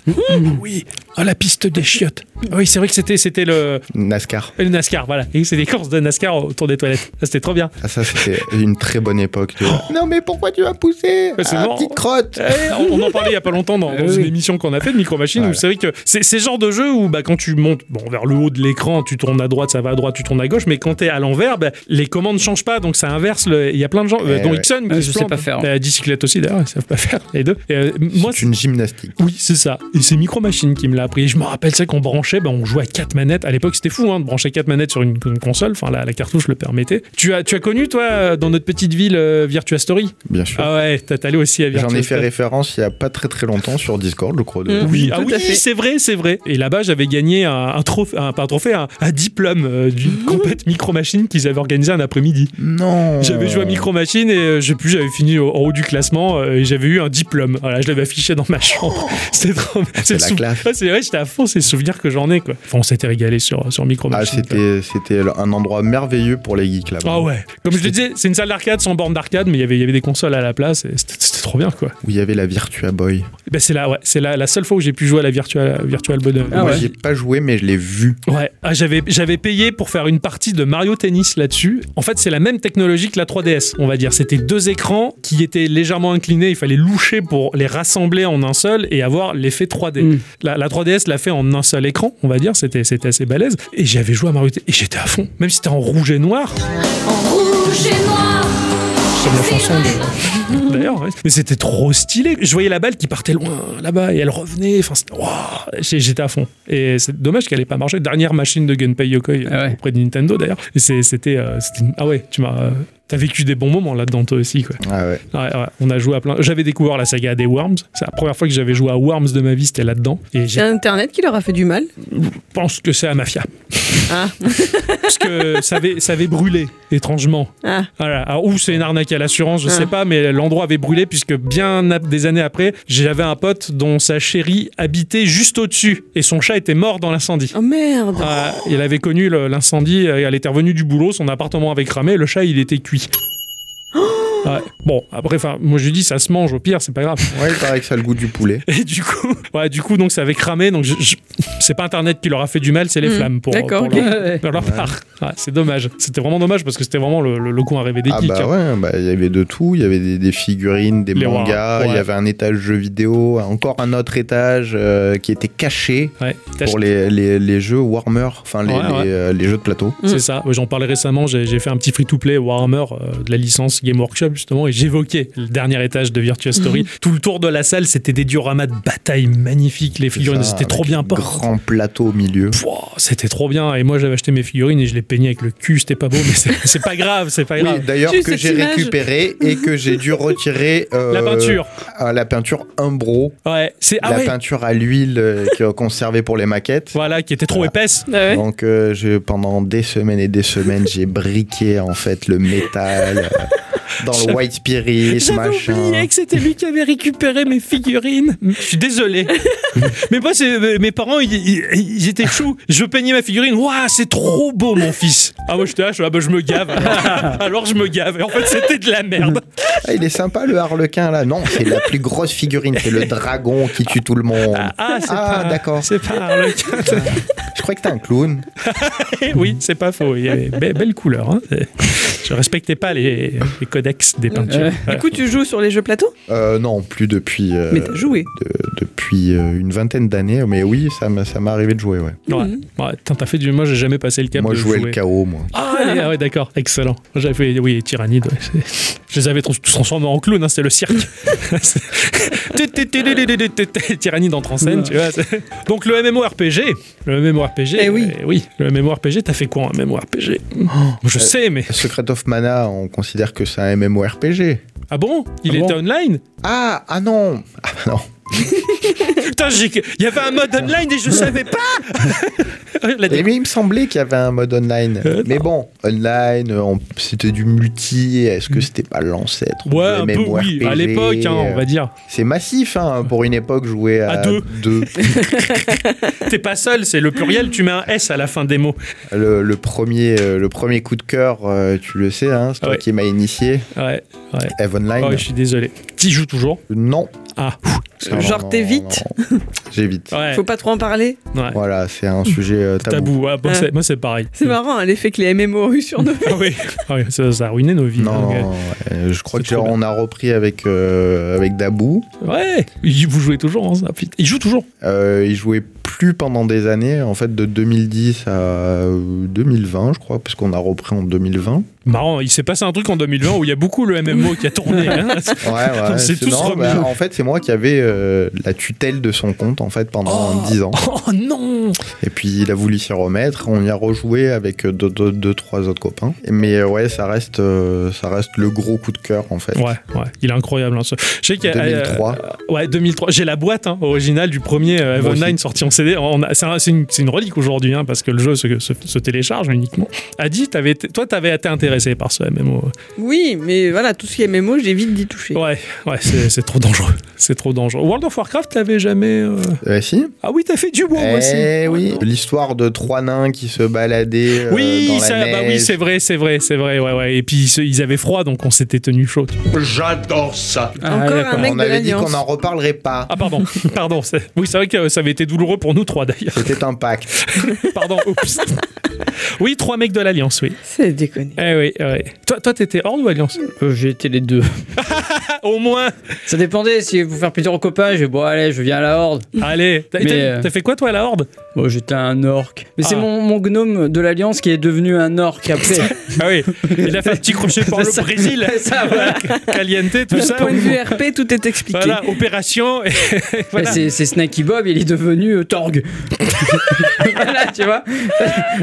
Oui. Ah, la piste des chiottes. Ah Oui, c'est vrai que c'était, c'était le, NASCAR. le NASCAR, voilà. Et c'est des courses de NASCAR autour des toilettes. Ça, c'était trop bien. Ah, ça, c'était une très bonne époque. tu vois. non, mais pourquoi tu vas pousser Mais c'est Ah, mort. petite crotte Eh, on, on en parlait il y a pas longtemps dans, dans Oui. une émission qu'on a fait de Micro Machine où Voilà. c'est vrai que c'est c'est le genre de jeu où bah, quand tu montes bon, vers le haut de l'écran, tu tournes à droite, ça va à droite, tu tournes à gauche, mais quand t'es à l'envers, bah, les commandes changent pas, donc ça inverse. le- Il y a plein de gens, euh, Eh dont ouais. Ixon, qui Euh, se je sais plante. pas faire. Euh, Dicyclette aussi d'ailleurs, ils savent pas faire, les deux. Et, euh, moi, C'est une gymnastique. Oui, c'est ça. Et c'est Micro Machine qui me l'a appris. Et je me rappelle, c'est qu'on branchait, ben, on jouait à quatre manettes. À l'époque, c'était fou hein, de brancher quatre manettes sur une, une console. Enfin, la, la cartouche le permettait. Tu as, tu as connu, toi, euh, dans notre petite ville, euh, Virtua Story Bien sûr. Ah ouais, t'as- t'es allé aussi à Virtua J'en ai fait Story. référence il y a pas très très longtemps sur Discord, je crois. de- Mm. Oui, Tout ah oui à fait. c'est vrai, c'est vrai. Et là-bas, j'avais gagné un, un trophée, un, pas un trophée, un, un diplôme euh, d'une Mmh. compète Micro Machine qu'ils avaient organisé un après-midi. Non. J'avais joué à Micro Machine et euh, je sais plus, j'avais fini au- en haut du classement euh, et j'avais eu un diplôme. Voilà, je l'avais affiché dans ma chambre. C'était trop. Oh. C'est le la sou- classe. Ouais, c'est vrai, j'étais à fond, c'est le souvenir que j'en ai quoi. Enfin, on s'était régalé sur, sur Micro Ah, Machine. quoi. c'était, c'était un endroit merveilleux pour les geeks là-bas. Ah ouais. Comme je le disais, c'est une salle d'arcade sans borne d'arcade, mais il y avait- il y avait des consoles à la place et c'était c'était trop bien quoi. Où il y avait la Virtua Boy. Et Ben, c'est là, ouais, c'est là la seule fois où j'ai pu jouer à la Virtual, virtual Boy. Ah Moi, ouais. j'y ai pas joué, mais je l'ai vu. Ouais, ah, j'avais, j'avais payé pour faire une partie de Mario Tennis là-dessus. En fait, c'est la même technologie que la 3DS, on va dire. C'était deux écrans qui étaient légèrement inclinés, il fallait loucher pour les rassembler en un seul et avoir l'effet 3D. Mm. La, la 3DS l'a fait en un seul écran, on va dire, c'était, c'était assez balèze. Et j'avais joué à Mario Tennis, et j'étais à fond. Même si c'était en rouge et noir, Rouge et noir, comme la chanson de- d'ailleurs ouais. mais c'était trop stylé je voyais la balle qui partait loin là-bas et elle revenait enfin c'était- Wouah, j'ai- j'étais à fond et c'est dommage qu'elle ait pas marché dernière machine de Gunpei Yokoi Ah ouais. auprès de Nintendo d'ailleurs et c'est- c'était euh, c'était une- ah ouais tu m'as euh, T'as vécu des bons moments là-dedans toi aussi quoi. Ah ouais. Ouais, ouais, on a joué à plein. J'avais découvert la saga des Worms. C'est la première fois que j'avais joué à Worms de ma vie, c'était là-dedans. Et C'est je Internet qui leur a fait du mal. pense que c'est à Mafia, Ah, parce que ça avait, ça avait brûlé étrangement. ah. Voilà. Alors, ou c'est une arnaque à l'assurance, je Ah. sais pas, mais l'endroit avait brûlé puisque bien ap- des années après, j'avais un pote dont sa chérie habitait juste au-dessus et son chat était mort dans l'incendie. Oh merde. Ah, il avait connu le- l'incendie, euh, elle était revenue du boulot, son appartement avait cramé, et le chat il était cuit. Oh Ouais. Bon, après, enfin, moi je dis ça se mange au pire, c'est pas grave. Ouais, il paraît que ça a le goût du poulet. Et du coup, ouais, du coup, donc ça avait cramé. Donc je- je- C'est pas Internet qui leur a fait du mal, c'est les Mm. flammes pour, D'accord, pour leur, ok. Ouais. pour leur part. Ouais, c'est dommage. C'était vraiment dommage parce que c'était vraiment le, le, le coin à rêver des Ah geeks. bah hein. ouais, bah, il y avait de tout, il y avait des, des figurines, des Les mangas, rois, il ouais. y avait un étage jeux vidéo, encore un autre étage euh, qui était caché Ouais. T'as- pour les, les, les jeux Warmer, enfin les, Ouais, les, ouais. euh, les jeux de plateau. C'est ça, Ouais, j'en parlais récemment, j'ai j'ai fait un petit free-to-play Warhammer euh, de la licence Game Workshop justement et j'évoquais le dernier étage de Virtua Story. Mm-hmm. Tout le tour de la salle, c'était des dioramas de bataille magnifiques, les figurines, Ça, c'était trop avec bien porté. Grand plateau au milieu. Pouah, C'était trop bien et moi j'avais acheté mes figurines et je les peignais avec le cul, c'était pas beau mais c'est c'est pas grave, c'est pas Oui, grave. d'ailleurs Juste que cette j'ai image. récupéré et que j'ai dû retirer euh, La peinture. à la peinture Umbro, Ouais, c'est ah la ouais, peinture à l'huile euh, que- conservée pour les maquettes. voilà qui était trop Voilà. épaisse. Bah ouais. Donc euh, je- pendant des semaines et des semaines, j'ai briqué en fait le métal euh, dans le J'avais- white spirit, J'avais machin. oublié que c'était lui qui avait récupéré mes figurines. Je suis désolé. mais moi, c'est- euh, mes parents, ils, ils- ils étaient chauds. Je peignais ma figurine. Waouh, c'est trop beau, mon fils. Ah, moi, j'étais là, je, ah, bah, je me gave. Alors, je me gave. Et en fait, c'était de la merde. Ah, il est sympa le harlequin là. Non, c'est la plus grosse figurine, c'est le dragon qui tue tout le monde. Ah, c'est Ah, pas- d'accord. C'est pas Harlequin. Je crois que t'es un clown. Eh oui, c'est pas faux. Il y avait be- belle couleur. hein. Je respectais pas les, les codex des peintures. Ouais. Ouais. Du coup, tu joues sur les jeux plateaux Euh, non, plus depuis. euh, Mais t'as joué. de- depuis euh, une vingtaine d'années, mais oui, ça m'a ça m'est arrivé de jouer. Ouais. Ouais. Ouais, attends, t'as fait du. Moi, j'ai jamais passé le cap. Moi, de je jouais jouer. le chaos, moi. Ah allez, ah ouais, d'accord, excellent. J'avais fait, oui, Tyrannide. ouais, c'est- je les avais trans- tous transformés en clowns, hein, c'était le cirque. Tut, tut, tut, tut, tut, tut, tut, Tyrannide entre en scène, tu vois. c'est- Donc le MMORPG, le MMORPG, Eh oui. euh, oui, le MMORPG, t'as fait quoi en MMORPG Je sais, mais. Secret of Mana, on considère que c'est un MMORPG. Ah bon Il Ah bon était online Ah, ah non Ah bah non Putain, j'ai- il y avait un mode online et je savais pas La Et mais il me semblait qu'il y avait un mode online. Euh, mais bon, online, euh, on- c'était du multi. Est-ce que c'était pas l'ancêtre Mm. Ouais, un du peu, oui, à MMORPG, l'époque, hein, on va dire. C'est massif hein, pour une époque jouer à, À deux. T'es pas seul, c'est le pluriel, tu mets un S à la fin des mots. Le, le premier, euh, le premier coup de cœur, euh, tu le sais, hein, c'est toi Ouais. qui m'as initié. Ouais, ouais. Eve Online. Oh, je suis désolé. T'y joues toujours Non. Ah, ça, Genre, non, t'es non, vite non. J'évite. ouais. Faut pas trop en parler. Ah, ouais. Voilà, c'est un sujet euh, tabou. tabou. ouais, bon, Ouais. c'est- moi, c'est pareil. Ah. C'est marrant, hein, l'effet que les MMO ont eu sur nous. Ah oui, Ah oui, ça, ça a ruiné nos vies. Non, hein, euh, je crois C'est que trop genre, on a repris avec, euh, avec Dabou. gars. Ouais, Il- vous jouez toujours. Hein, ça, putain. Il joue toujours. Euh, il jouait plus pendant des années, en fait de 2010 à euh, 2020, je crois, parce qu'on a repris en 2020. Marrant, il s'est passé un truc en 2020 où il y a beaucoup le MMO qui a tourné. hein. Ouais, ouais. C'est tous non, remis. bah, en fait, c'est moi qui avais euh, la tutelle de son compte en fait pendant 10 ans. Oh non Et puis il a voulu s'y remettre. On y a rejoué avec euh, deux, deux, deux, trois autres copains. Mais euh, ouais, ça reste, euh, ça reste le gros coup de cœur en fait. Ouais, ouais, il est incroyable. hein, ce- Je sais qu'il y a- 2003. euh, ouais, 2003. J'ai la boîte hein, originale du premier euh, Eve Moi aussi. Online sorti en CD. On a- C'est un- c'est une, c'est une relique aujourd'hui hein, parce que le jeu se, se- se télécharge uniquement. Adi, t'avais été- toi, t'avais été intéressé par ce MMO. Oui, mais voilà, tout ce qui est MMO, j'évite d'y toucher. Ouais, ouais, c'est c'est trop dangereux. C'est trop dangereux. World of Warcraft, t'avais jamais. euh, Euh, si. Ah oui, t'as fait du WoW eh aussi. oui. L'histoire de trois nains qui se baladaient. euh, Oui, dans la ça- bah oui, neige. c'est vrai, c'est vrai, c'est vrai, ouais, ouais. Et puis ils se- ils avaient froid, donc on s'était tenu chaud. Ah, Encore d'accord. un mec On de avait dit qu'on l'Alliance. n'en reparlerait pas. Ah pardon, pardon. c'est- Oui, c'est vrai que euh, ça avait été douloureux pour nous trois d'ailleurs. C'était un pacte. Pardon. Oups. Oui, trois mecs de l'Alliance, oui. C'est déconné. Eh oui, ouais. Toi, toi, t'étais Horde ou Alliance Euh, J'ai été les deux. Ah, Au moins. Ça dépendait, si vous faire plaisir aux copains, je vais, bon allez, je viens à la horde. Allez. T'as Mais, t'as- euh, t'as fait quoi toi à la Horde Bon, j'étais un orc. Mais c'est Ah. mon, mon gnome de l'Alliance qui est devenu un orc après. Ah oui. Il a fait un petit crochet par le Ça- Brésil. ça, voilà. Caliente, tout Du ça. point de vue RP, tout est expliqué. Ah Voilà, opération. et- voilà. Ouais, C'est, c'est Snacky Bob, il est devenu euh, Torg. voilà, tu vois.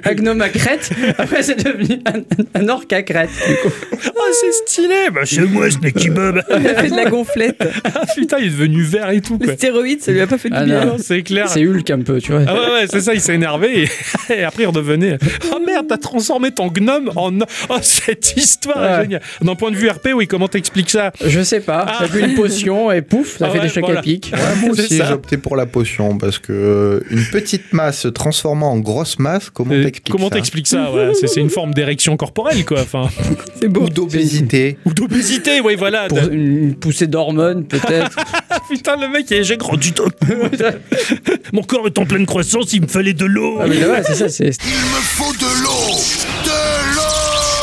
Un gnome à crête, après c'est devenu un, un orc à crête. du coup. Oh, c'est stylé. Bah, c'est moi, Snaky Bob. Il a fait de la gonflette. Ah, putain, il est devenu vert et tout, quoi. Les stéroïdes, ça lui a pas fait du Ah, bien. Ah non, c'est clair. C'est Hulk un peu, tu vois. Ah ouais, ouais, c'est ça, il s'est énervé et, et après il redevenait. Oh merde, t'as transformé ton gnome en. Oh, cette histoire est Ouais. géniale. D'un point de vue RP, oui, comment t'expliques ça Je sais pas, Ah. j'ai bu une potion et pouf, ça Ah fait ouais, des chocs voilà. à pic. Ouais, moi C'est aussi, ça. j'ai opté pour la potion parce que euh, une petite masse se transformant en grosse masse, comment Euh, t'expliques Comment ça t'expliques ça ouais, c'est, c'est une forme d'érection corporelle, quoi. Enfin, C'est beau. Ou d'obésité. ou d'obésité, oui, voilà. Pour de- une une poussée d'hormones, peut-être. Putain, le mec, j'ai grandi d'un coup. Mon corps est en pleine croissance, il me fallait de l'eau. ah, mais voilà, c'est ça, c'est. Il me faut de l'eau De l'eau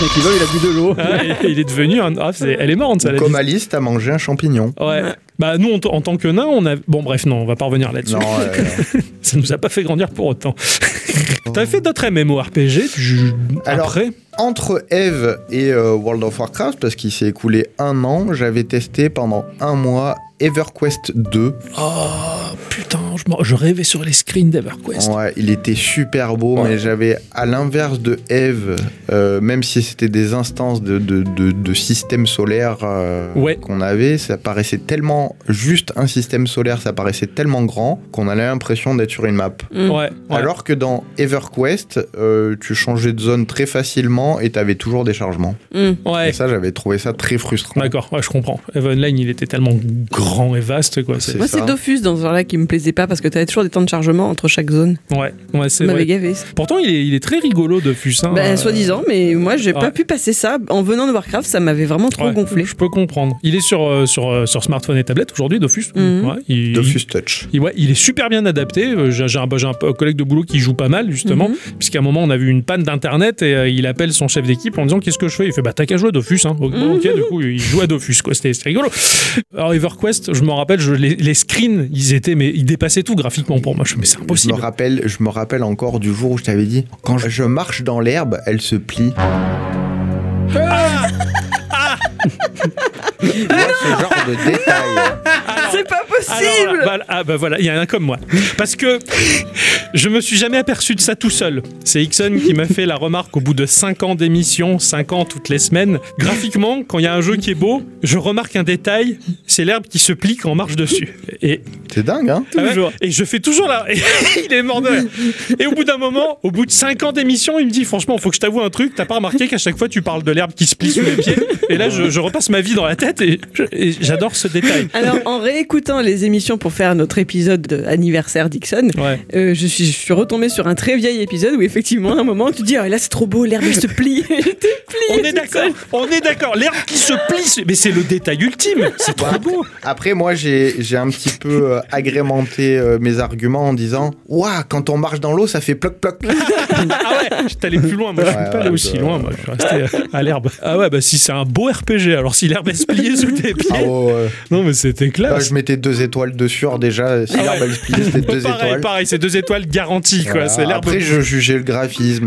Mec, il vole, il a bu de l'eau. Ah, et- et il est devenu un. Ah, c'est- Elle est morte, ça. la Comme Alice, t'as mangé un champignon. vie. Ouais. Bah, nous, en, t- en tant que nains, on a. Bon, bref, non, on va pas revenir là-dessus. Non, euh, Ça nous a pas fait grandir pour autant. T'as fait d'autres MMORPG tu- Alors- après entre Eve et euh, World of Warcraft, parce qu'il s'est écoulé un an, j'avais testé pendant un mois EverQuest 2. Oh putain, je, m'en- je rêvais sur les screens d'EverQuest. Ouais, il était super beau, Ouais. mais j'avais, à l'inverse de Eve, euh, même si c'était des instances de, de, de, de système solaire euh, Ouais. qu'on avait, ça paraissait tellement juste un système solaire, ça paraissait tellement grand qu'on avait l'impression d'être sur une map. Mm, Ouais. ouais. Alors que dans EverQuest, euh, tu changeais de zone très facilement et t'avais toujours des chargements. Hmm. Ouais. Et ça, j'avais trouvé ça très frustrant. D'accord, ouais, je comprends. Eve Online, il était tellement grand et vaste, quoi. c'est- C'est Moi, ça. c'est Dofus dans ce genre-là qui me plaisait pas parce que t'avais toujours des temps de chargement entre chaque zone. Ouais, ouais, Ça c'est m'avait vrai. Oh, gavé. ça. Pourtant, il est, il est très rigolo hein. de Fussin. Bah, soi-disant, mais moi, j'ai ouais. pas pu passer ça. En venant de Warcraft, ça m'avait vraiment trop Ouais, gonflé. Je peux comprendre. Il est sur, euh, sur, euh, sur smartphone et tablette aujourd'hui, Dofus. Mhm. Ouais, il, Dofus Touch. il- ouais, il est super bien adapté. Euh, J'ai j'ai un, j'ai un collègue de boulot qui joue pas mal, justement, Mhm. puisqu'à un moment, on a vu une panne d'internet et euh, il appelle son chef d'équipe en disant Qu'est-ce que je fais Il fait Bah, t'as qu'à jouer à Dofus. Hein. Ok, Mhm. ok, du coup, il joue à Dofus, quoi. C'était c'était rigolo. Alors, EverQuest, je m'en rappelle, je- les, les screens, ils étaient, mais ils dépassaient tout graphiquement pour moi. Je me dis, Mais c'est Je me, impossible. rappelle, je me rappelle encore du jour où je t'avais dit quand je marche dans l'herbe, elle se plie. Ah Tu vois, ce genre de détail. C'est pas Alors, possible là, bah, ah bah voilà, il y en a un comme moi. Parce que je me suis jamais aperçu de ça tout seul. C'est Ixon qui m'a fait la remarque au bout de 5 ans d'émission, 5 ans toutes les semaines. Graphiquement, quand il y a un jeu qui est beau, je remarque un détail, c'est l'herbe qui se plie quand on marche dessus. Et, C'est dingue, hein ah ouais, et je fais toujours là. il est mort de rire. Et au bout d'un moment, au bout de 5 ans d'émission, il me dit franchement, faut que je t'avoue un truc, t'as pas remarqué qu'à chaque fois tu parles de l'herbe qui se plie sous les pieds. Et là, je, je repasse ma vie dans la tête et je- et j'adore ce détail. Alors, en réécoutant les émissions pour faire notre épisode de anniversaire Dixon, Ouais. euh, je, suis, je suis retombée sur un très vieil épisode où, effectivement, à un moment, tu dis Oh, là, c'est trop beau, l'herbe elle se plie. J'étais pliée. On est toute d'accord, seule. on est d'accord. L'herbe qui se plie, c'est- mais c'est le détail ultime. C'est trop Ouais. beau. Après, moi, j'ai j'ai un petit peu euh, agrémenté euh, mes arguments en disant Ouah, quand on marche dans l'eau, ça fait ploc ploc. Ah ouais, je t'allais plus loin. Moi, je suis Ouais, pas allé ouais, aussi bah, loin. Moi, je suis resté euh, à l'herbe. Ah ouais, bah si c'est un beau RPG. Alors si l'herbe est se pliait sous tes pieds, Ah ouais, ouais. non mais c'était Là, classe. Ah, je mettais deux étoiles dessus, alors déjà, si Ah ouais. l'herbe elle se plie, c'était deux pareil, étoiles. pareil, c'est deux étoiles garanties quoi. Voilà. C'est l'herbe. Après, je jugeais le graphisme,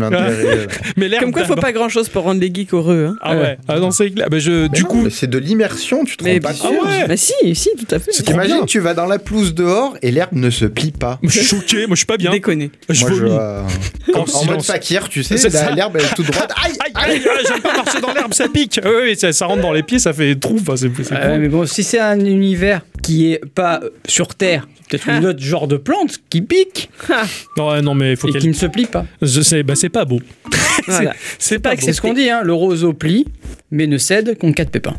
l'intérêt. Mais l'herbe. Comme quoi, faut d'abord. pas grand chose pour rendre les geeks heureux. hein. Ah ouais. Ah non, c'est clair. Bah, je, Mais du non, coup, mais c'est de l'immersion, tu te Mais rends pas bien ah compte. ouais. Bah, si, si, tout à fait. C'est trop bien. T'imagines, Eh tu vas dans la pelouse dehors et l'herbe ne se plie pas. Je suis choqué. Moi, je suis pas bien. Déconné. Je Moi, je, vomis. euh, En en, mode silence. fakir, tu sais, C'est la- ça. l'herbe elle est tout droite. Hein, Aïe, Aïe, aïe, aïe, j'aime pas marcher dans l'herbe, ça pique. Ah ouais, ouais, ça, ça rentre dans les pieds, ça fait trou. Enfin, c'est c'est Ah Ouais, Euh, mais bon, si c'est un univers qui est pas euh, sur Terre, c'est peut-être Ah. une autre genre de plante qui pique Ouais, non, mais faut et qui qu'elle. ne se plie pas. Je sais, bah, c'est pas beau. Voilà. C'est pas C'est ce qu'on dit, hein, le roseau plie, mais ne cède qu'en cas de pépin.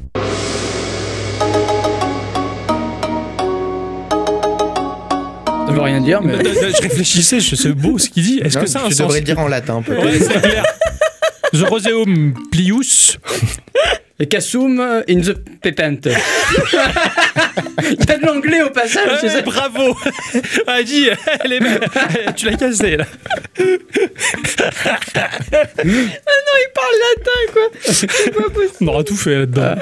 Ça veut rien dire, mais. Attends, attends, Euh, bah, je réfléchissais, je- c'est beau ce qu'il dit. Est-ce Non, que ça a un Tu sens devrais dire en latin, peut-être. Ouais, c'est clair. The Roseum Plius. Et Kassoum euh, in the pepent. Il y a de l'anglais au passage, c'est Ouais, ça bravo. Ah, dis, elle est belle. Tu l'as cassée, là. Il parle latin, quoi. C'est pas possible. On aura tout fait là-dedans.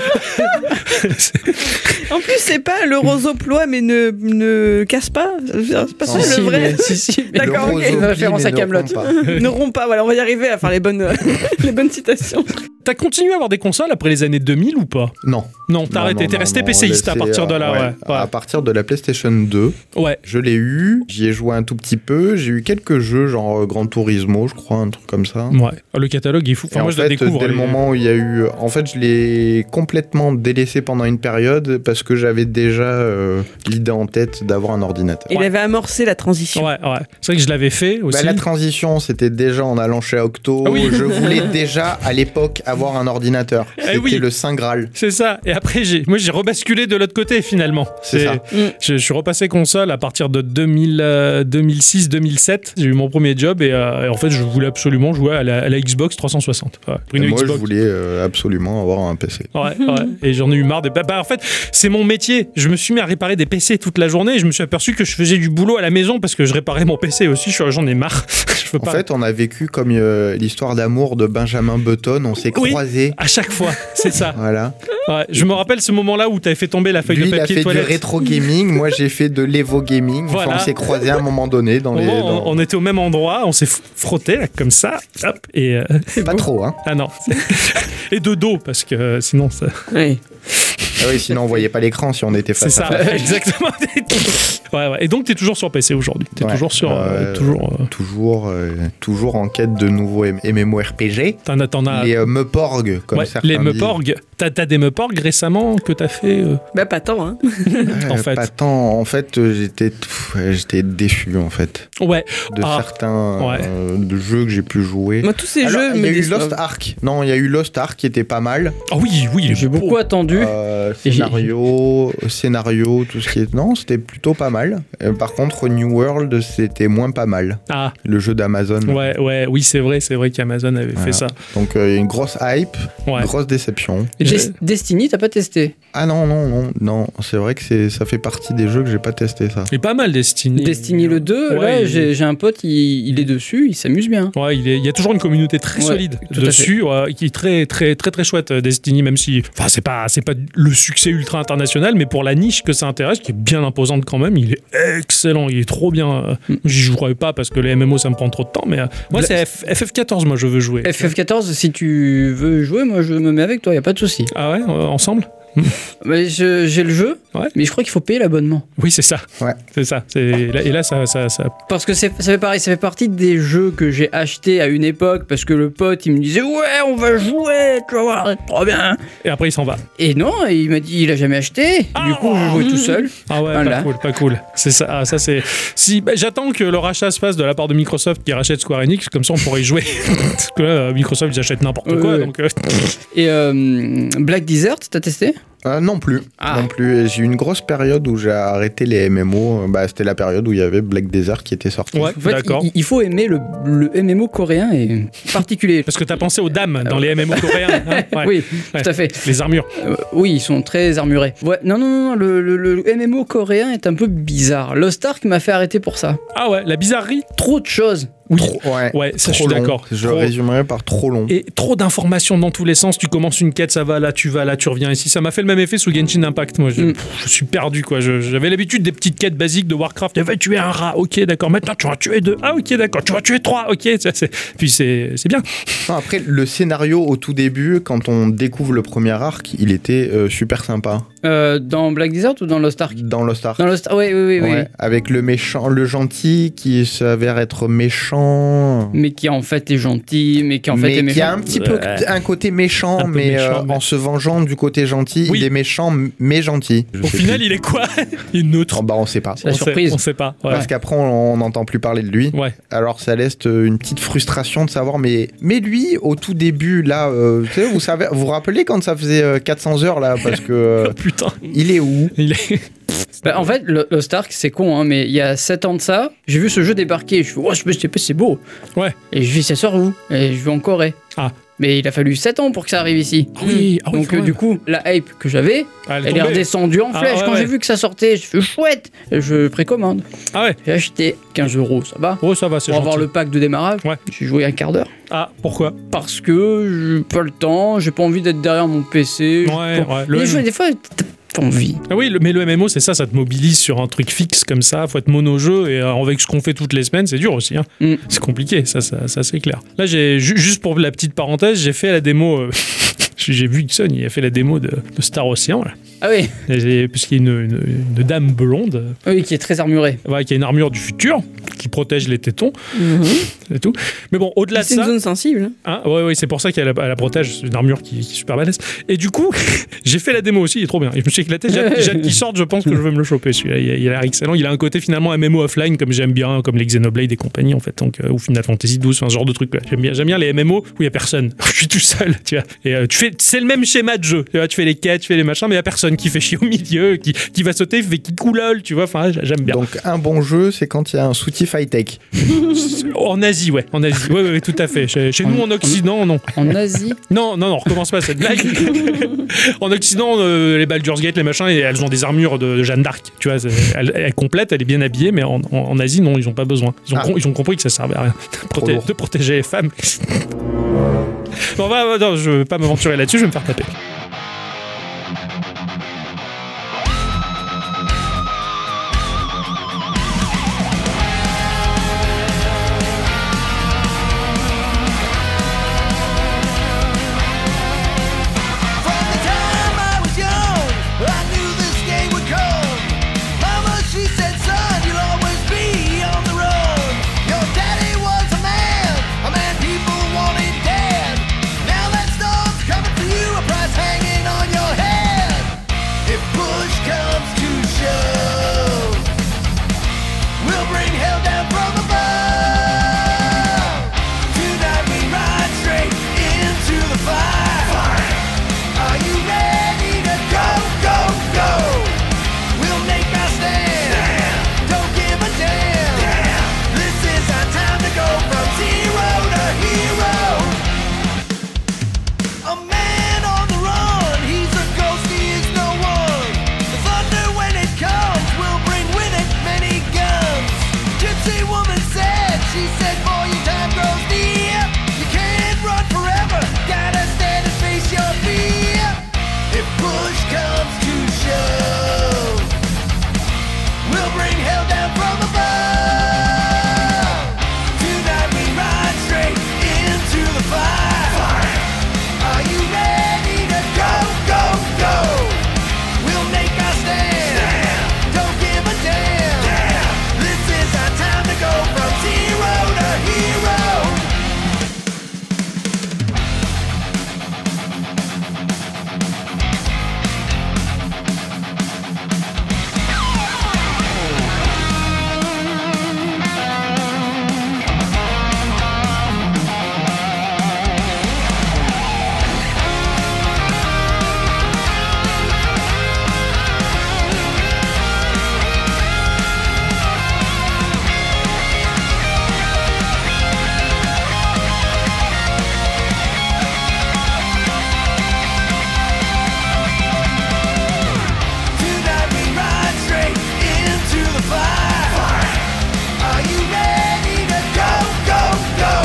En plus, c'est pas le roseau ploie, mais ne, ne casse pas. C'est pas ça Non, le Ah, Si, vrai. mais- si, si, mais- D'accord, ok. Le roseau Une plie, référence mais à ne Kaamelott. rompt pas. Euh, ne romps pas. Voilà, on va y arriver à faire les bonnes, les bonnes citations. T'as continué à avoir des consoles après les années 2000 ou pas Non. Non, t'as Non, arrêté. non, T'es non, resté non, PCiste à laissez, partir de euh, là, ouais. À partir de la PlayStation 2, Ouais. Ouais. je l'ai eu, j'y ai joué un tout petit peu, j'ai eu quelques jeux, genre euh, Gran Turismo, je crois, un truc comme ça. Ouais. Le catalogue est fou. Hmm. Enfin, Ah. Et moi, en je la fait, découvre. dès le les- moment où il y a eu... euh, En fait, je l'ai complètement délaissé pendant une période parce que j'avais déjà euh, l'idée en tête d'avoir un ordinateur. Il avait amorcé la transition. Ouais, ouais. C'est vrai que je l'avais fait Bah, aussi. la transition, c'était déjà en allant chez Octo. Ah oui. Je voulais déjà à l'époque avoir un ordinateur. Eh oui. oui. C'était le Saint Graal. C'est ça. Et après, j'ai, moi, j'ai rebasculé de l'autre côté finalement. C'est ça. Je, je suis repassé console à partir de euh, 2006-2007. J'ai eu mon premier job et, euh, et en fait, je voulais absolument jouer à la, à la Xbox 360. Ouais, j'ai pris une Et moi, Xbox. je voulais euh, absolument avoir un PC. Ouais, ouais. Et j'en ai eu marre. Des... Bah, bah, en fait, c'est mon métier. Je me suis mis à réparer des PC toute la journée et je me suis aperçu que je faisais du boulot à la maison parce que je réparais mon PC aussi. Je- J'en ai marre. je peux En pas. fait, on a vécu comme euh, l'histoire d'amour de Benjamin Button. On s'est Oui. croisés. À chaque fois, c'est ça. Voilà. Ouais. Je me rappelle ce moment-là où t'avais fait tomber la feuille Lui, de il a papier fait toilette. du rétro gaming. moi, j'ai fait de l'Evo gaming. Enfin, Voilà. on s'est croisés à un moment donné dans les. Au moment, dans- on, on était au même endroit, on s'est f- frotté là, comme ça, hop, et euh, Pas trop, hein. ah non, et de dos parce que euh, sinon ça, Ouais. Ah oui, sinon on voyait pas l'écran si on était c'est face à ça exactement. ouais, ouais. Et donc t'es toujours sur PC aujourd'hui, t'es Ouais. toujours sur euh, Ouais. toujours. euh, toujours, euh, toujours en quête de nouveaux M- MMORPG. T'en as, t'en as Les euh, Meporg, comme ouais, certains les disent. Meporg. T'as t'as des Meporg récemment que t'as fait. euh, Bah, pas tant, hein. Euh, en fait. Pas tant. En fait, euh, j'étais, pff, ouais, j'étais déçu en fait Ouais. de Ah. certains Ouais. euh, de jeux que j'ai pu jouer. Moi, tous ces Alors, jeux il y me a eu déçoivent. euh, Lost Ark. Non, il y a eu Lost Ark qui était pas mal. Ah oui, oui. il est J'ai beau. beaucoup attendu. Euh, Et j'ai- scénario, scénario, tout ce qui est. Non, c'était plutôt pas mal. Euh, par contre, New World, c'était moins pas mal. Ah Le jeu d'Amazon. ouais, ouais, oui, c'est vrai, c'est vrai qu'Amazon avait fait Voilà. ça. Donc euh, une grosse hype, Ouais. grosse déception. Des- Destiny, t'as pas testé Ah non, non, non, non, c'est vrai que c'est, ça fait partie des jeux que j'ai pas testé ça. Et pas mal Destiny. Destiny le 2, Ouais, là, il- j'ai j'ai un pote, il, il est dessus, il s'amuse bien. Ouais, il, est- il y a toujours une communauté très Ouais, solide tout à dessus, ouais, qui est très très très très chouette euh, Destiny, même si, enfin, c'est pas c'est pas le succès ultra international, mais pour la niche que ça intéresse, qui est bien imposante quand même, il est excellent, il est trop bien. euh, Mm. J'y jouerai pas parce que les MMO ça me prend trop de temps, mais euh, moi Bla- c'est F- FF14 moi je veux jouer. FF14, si tu veux jouer, moi je me mets avec toi, y a pas de souci. Ah ouais, euh, ensemble Mais je- J'ai le jeu, Ouais. mais je crois qu'il faut payer l'abonnement. Oui, c'est ça. Ouais. C'est ça. c'est- Et là, et là, ça, ça, ça- Parce que c'est- ça fait pareil, ça fait partie des jeux que j'ai acheté à une époque parce que le pote il me disait ouais on va jouer, tu vas voir, c'est trop bien. Et après, il s'en va. Et non, il m'a dit il a jamais acheté. Du coup je jouais tout seul. Ah ouais, pas Voilà. cool, pas cool. C'est ça. ah, ça c'est. Si bah, j'attends que le rachat se fasse de la part de Microsoft qui rachète Square Enix, comme ça on pourrait y jouer. Parce que euh, Microsoft ils achètent n'importe Ouais, quoi. ouais. Donc, euh, Et euh, Black Desert, t'as testé Euh, non plus, Ah. non plus. Et J'ai eu une grosse période où j'ai arrêté les MMO. Bah, c'était la période où il y avait Black Desert qui était sorti. ouais, En fait, d'accord. il, il faut aimer le, le MMO coréen et particulier. Parce que t'as pensé aux dames Ah dans les MMO coréens. hein, ouais. Oui, Ouais. tout à fait. Les armures. Euh, oui, ils sont très armurés. Ouais, non, non, non, le, le- le MMO coréen est un peu bizarre. Lost Ark m'a fait arrêter pour ça. Ah ouais, la bizarrerie. Trop de choses. Oui. Trop- ouais, Ouais, ça, je trop suis long. d'accord. Je Trop. résumerai par trop long. Et trop d'informations dans tous les sens. Tu commences une quête, ça va là, tu vas là, tu reviens ici. Ça m'a fait le même effet sous Genshin Impact. Moi, je, Mm. pff, je suis perdu quoi. Je- J'avais l'habitude des petites quêtes basiques de Warcraft. Eh, Va tuer un rat, ok, d'accord. Maintenant, tu vas tuer deux. Ah, ok, d'accord. Tu vas tuer trois, ok. Ça, c'est- Puis c'est c'est bien. Non, après, le scénario au tout début, quand on découvre le premier arc, il était euh, super sympa Euh, dans Black Desert ou dans Lost Ark dans Lost Ark. Dans Lost Ark, oui, oui, oui. Ouais, Avec le méchant, le gentil qui s'avère être méchant. Mais qui en fait est gentil, mais qui en fait mais est qui a méchant. un petit peu Ouais. un côté méchant, Un peu mais, méchant, euh, mais- en se vengeant du côté gentil, Oui. il est méchant mais gentil. Au final, il est quoi Il est neutre. bah on sait pas. C'est la On sait- surprise. on sait pas. ouais. Parce qu'après on on n'entend plus parler de lui. Ouais. Alors ça laisse euh, une petite frustration de savoir mais mais lui au tout début là euh, tu sais, vous savez vous vous rappelez quand ça faisait euh, 400 heures là parce que euh, Oh, putain. il est où Il est- Bah, en fait, le- Lost Ark, c'est con, hein, mais il y a 7 ans de ça, j'ai vu ce jeu débarquer. Et je fais, oh, je sais pas, c'est beau. Ouais. Et je vis, ça sort où Et je vais en Corée. Ah. Mais il a fallu 7 ans pour que ça arrive ici. Ah oui, ah oui, Donc, quand euh, même. du coup, la hype que j'avais, Ah, elle est elle est tombée. redescendue en Ah, flèche. ouais, Quand ouais. j'ai vu que ça sortait, je fais chouette Je précommande. Ah ouais. J'ai acheté 15 euros, ça va. Oh, ça va, c'est Pour avoir gentil. le pack de démarrage, Ouais. j'ai joué un quart d'heure. Ah, pourquoi Parce que j'ai pas le temps, j'ai pas envie d'être derrière mon PC. j'ai Ouais, pas- ouais, le- Les jeux, des fois, t'as pas envie. Ah oui, le- mais le MMO, c'est ça, ça te mobilise sur un truc fixe comme ça. Faut être mono-jeu et euh, avec ce qu'on fait toutes les semaines, c'est dur aussi. hein. Mm. C'est compliqué, ça, ça, ça, c'est clair. Là, j'ai ju- juste pour la petite parenthèse, j'ai fait la démo. euh, j'ai vu Ixon, il a fait la démo de, de Star Ocean, là. Ah oui, Et j'ai- parce qu'il y a une, une- une dame blonde oui, qui est très armuré. euh, ouais, qui a une armure du futur, qui protège les tétons, Mhm. et tout. Mais bon, au-delà de C'est une ça, zone sensible. hein. hein, ouais, ouais, c'est pour ça qu'elle a- elle la protège, c'est une armure qui, qui est super balèze. Et du coup, j'ai fait la démo aussi, il est trop bien. Et je me suis éclaté, j'ai hâte qu'il sorte, je pense que je vais me le choper. celui-là. Il, a- il a l'air excellent, il a un côté finalement MMO offline comme j'aime bien, comme les Xenoblade et compagnie en fait, donc, euh, ou Final Fantasy 12, enfin, ce genre de truc. quoi. J'aime bien, j'aime bien les MMO où il y a personne. je suis tout seul, tu vois. Et euh, tu fais, c'est le même schéma de jeu. Tu, vois, tu fais les quêtes, tu fais les machins, mais il y a personne qui fait chier au milieu, qui, qui va sauter, fait qui coulole, tu vois. Enfin, j'aime bien. Donc un bon jeu, c'est quand il y a un soutif high-tech. En Asie, ouais, en Asie, ouais, ouais, ouais, tout à fait. Chez, chez nous, en Occident, non. En Asie, Non, non, non, recommence pas cette blague. en Occident, euh, les Baldur's Gate, les machins, et elles ont des armures de, de Jeanne d'Arc. Tu vois, c'est- elle, elle est complète, elle est bien habillée, mais en, en- en Asie, non, ils ont pas besoin. Ils ont, Ah. con- ils ont compris que ça servait à rien de, proté- lourd. de protéger les femmes. bon, bah, bah, non, je vais pas m'aventurer là-dessus, je vais me faire taper. From the time I was young, I knew this day would come. Mama, she said, son, you'll always be on the road. Your daddy was a man, a man people wanted dead. Now that storm's coming for you, a price hanging on your head. If push comes to shove, we'll bring hell down from above. Tonight we ride straight into the fire. Are you ready to go, go, go? We'll make our stand. Don't give a damn. This is our time to go from zero to hero. A man on the run, he's a ghost, he is no one. The thunder when it comes will bring with it many guns. Gypsy woman said, she said, boy, your time grows near. You can't run forever, gotta stand and face your fear. If push comes to shove, we'll bring hell down from above. Tonight we ride straight into the fire. Are you ready to go, go, go? We'll make our stand. Don't give a damn. This is our time to go from zero to hero. Tonight we ride straight into the fire. Are you ready to go, go, go?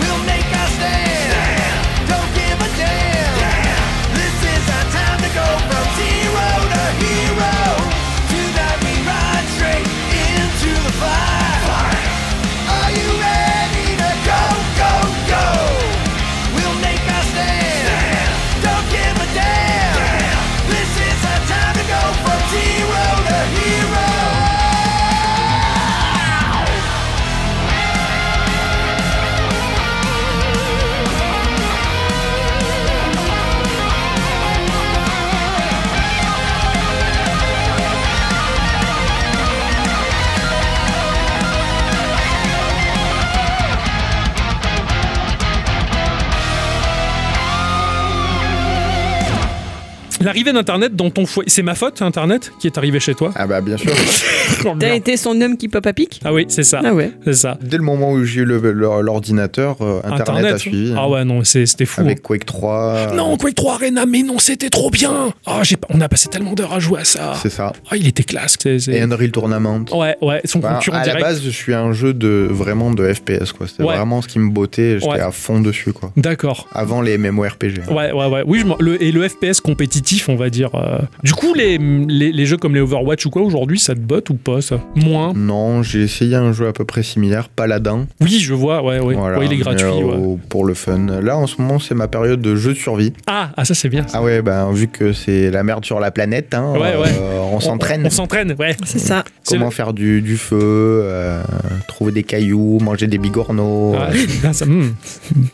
We'll make our stand. Don't give a damn. This is our time to go from zero to hero. Tonight we ride straight into the fire. Are you ready to go, go, go? We'll make our stand. Don't give a damn. This is our time to go from zero to hero. L'arrivée d'Internet dans ton foyer, c'est ma faute, Internet, qui est arrivé chez toi. Ah bah bien sûr. Oh, T'as merde. été son homme qui pop à pic Ah oui, c'est ça, Ah ouais. c'est ça. Dès le moment où j'ai eu le- le- l'ordinateur, euh, Internet, a suivi. Ah hein, ouais, non, c'est- c'était fou. hein. Avec euh, Quake 3. Non, Quake 3 Arena, mais non, c'était trop bien. Ah, j'ai pas- on a passé tellement d'heures à jouer à ça. C'est ça. Ah, il était classe. c'est- c'est- Et Unreal Tournament. Ouais, ouais, son Enfin, concurrent à direct. la base, je suis un jeu de vraiment de FPS quoi. C'était Ouais. vraiment ce qui me bottait. J'étais Ouais. à fond dessus quoi. D'accord. Avant les MMORPG. hein. Ouais, ouais, ouais. Oui, je m'en- le, et le FPS compétitif, on va dire. euh. Du coup, les, les, les jeux comme les Overwatch ou quoi, aujourd'hui, ça te botte ou pas ça Moins. Non, j'ai essayé un jeu à peu près similaire, Paladin. Oui, je vois, ouais, ouais. Voilà, Ouais, il est mais, gratuit. euh, ouais. au- Pour le fun. Là, en ce moment, c'est ma période de jeu de survie. Ah, ah, ça c'est bien. Ah ouais, ben vu que c'est la merde sur la planète, hein, Ouais, euh, ouais. on s'entraîne. On s'entraîne, ouais. C'est ça. C'est Comment le- faire du, du feu, euh, trouver des cailloux, manger des bigorneaux. Ah, euh. putain, ça hmm,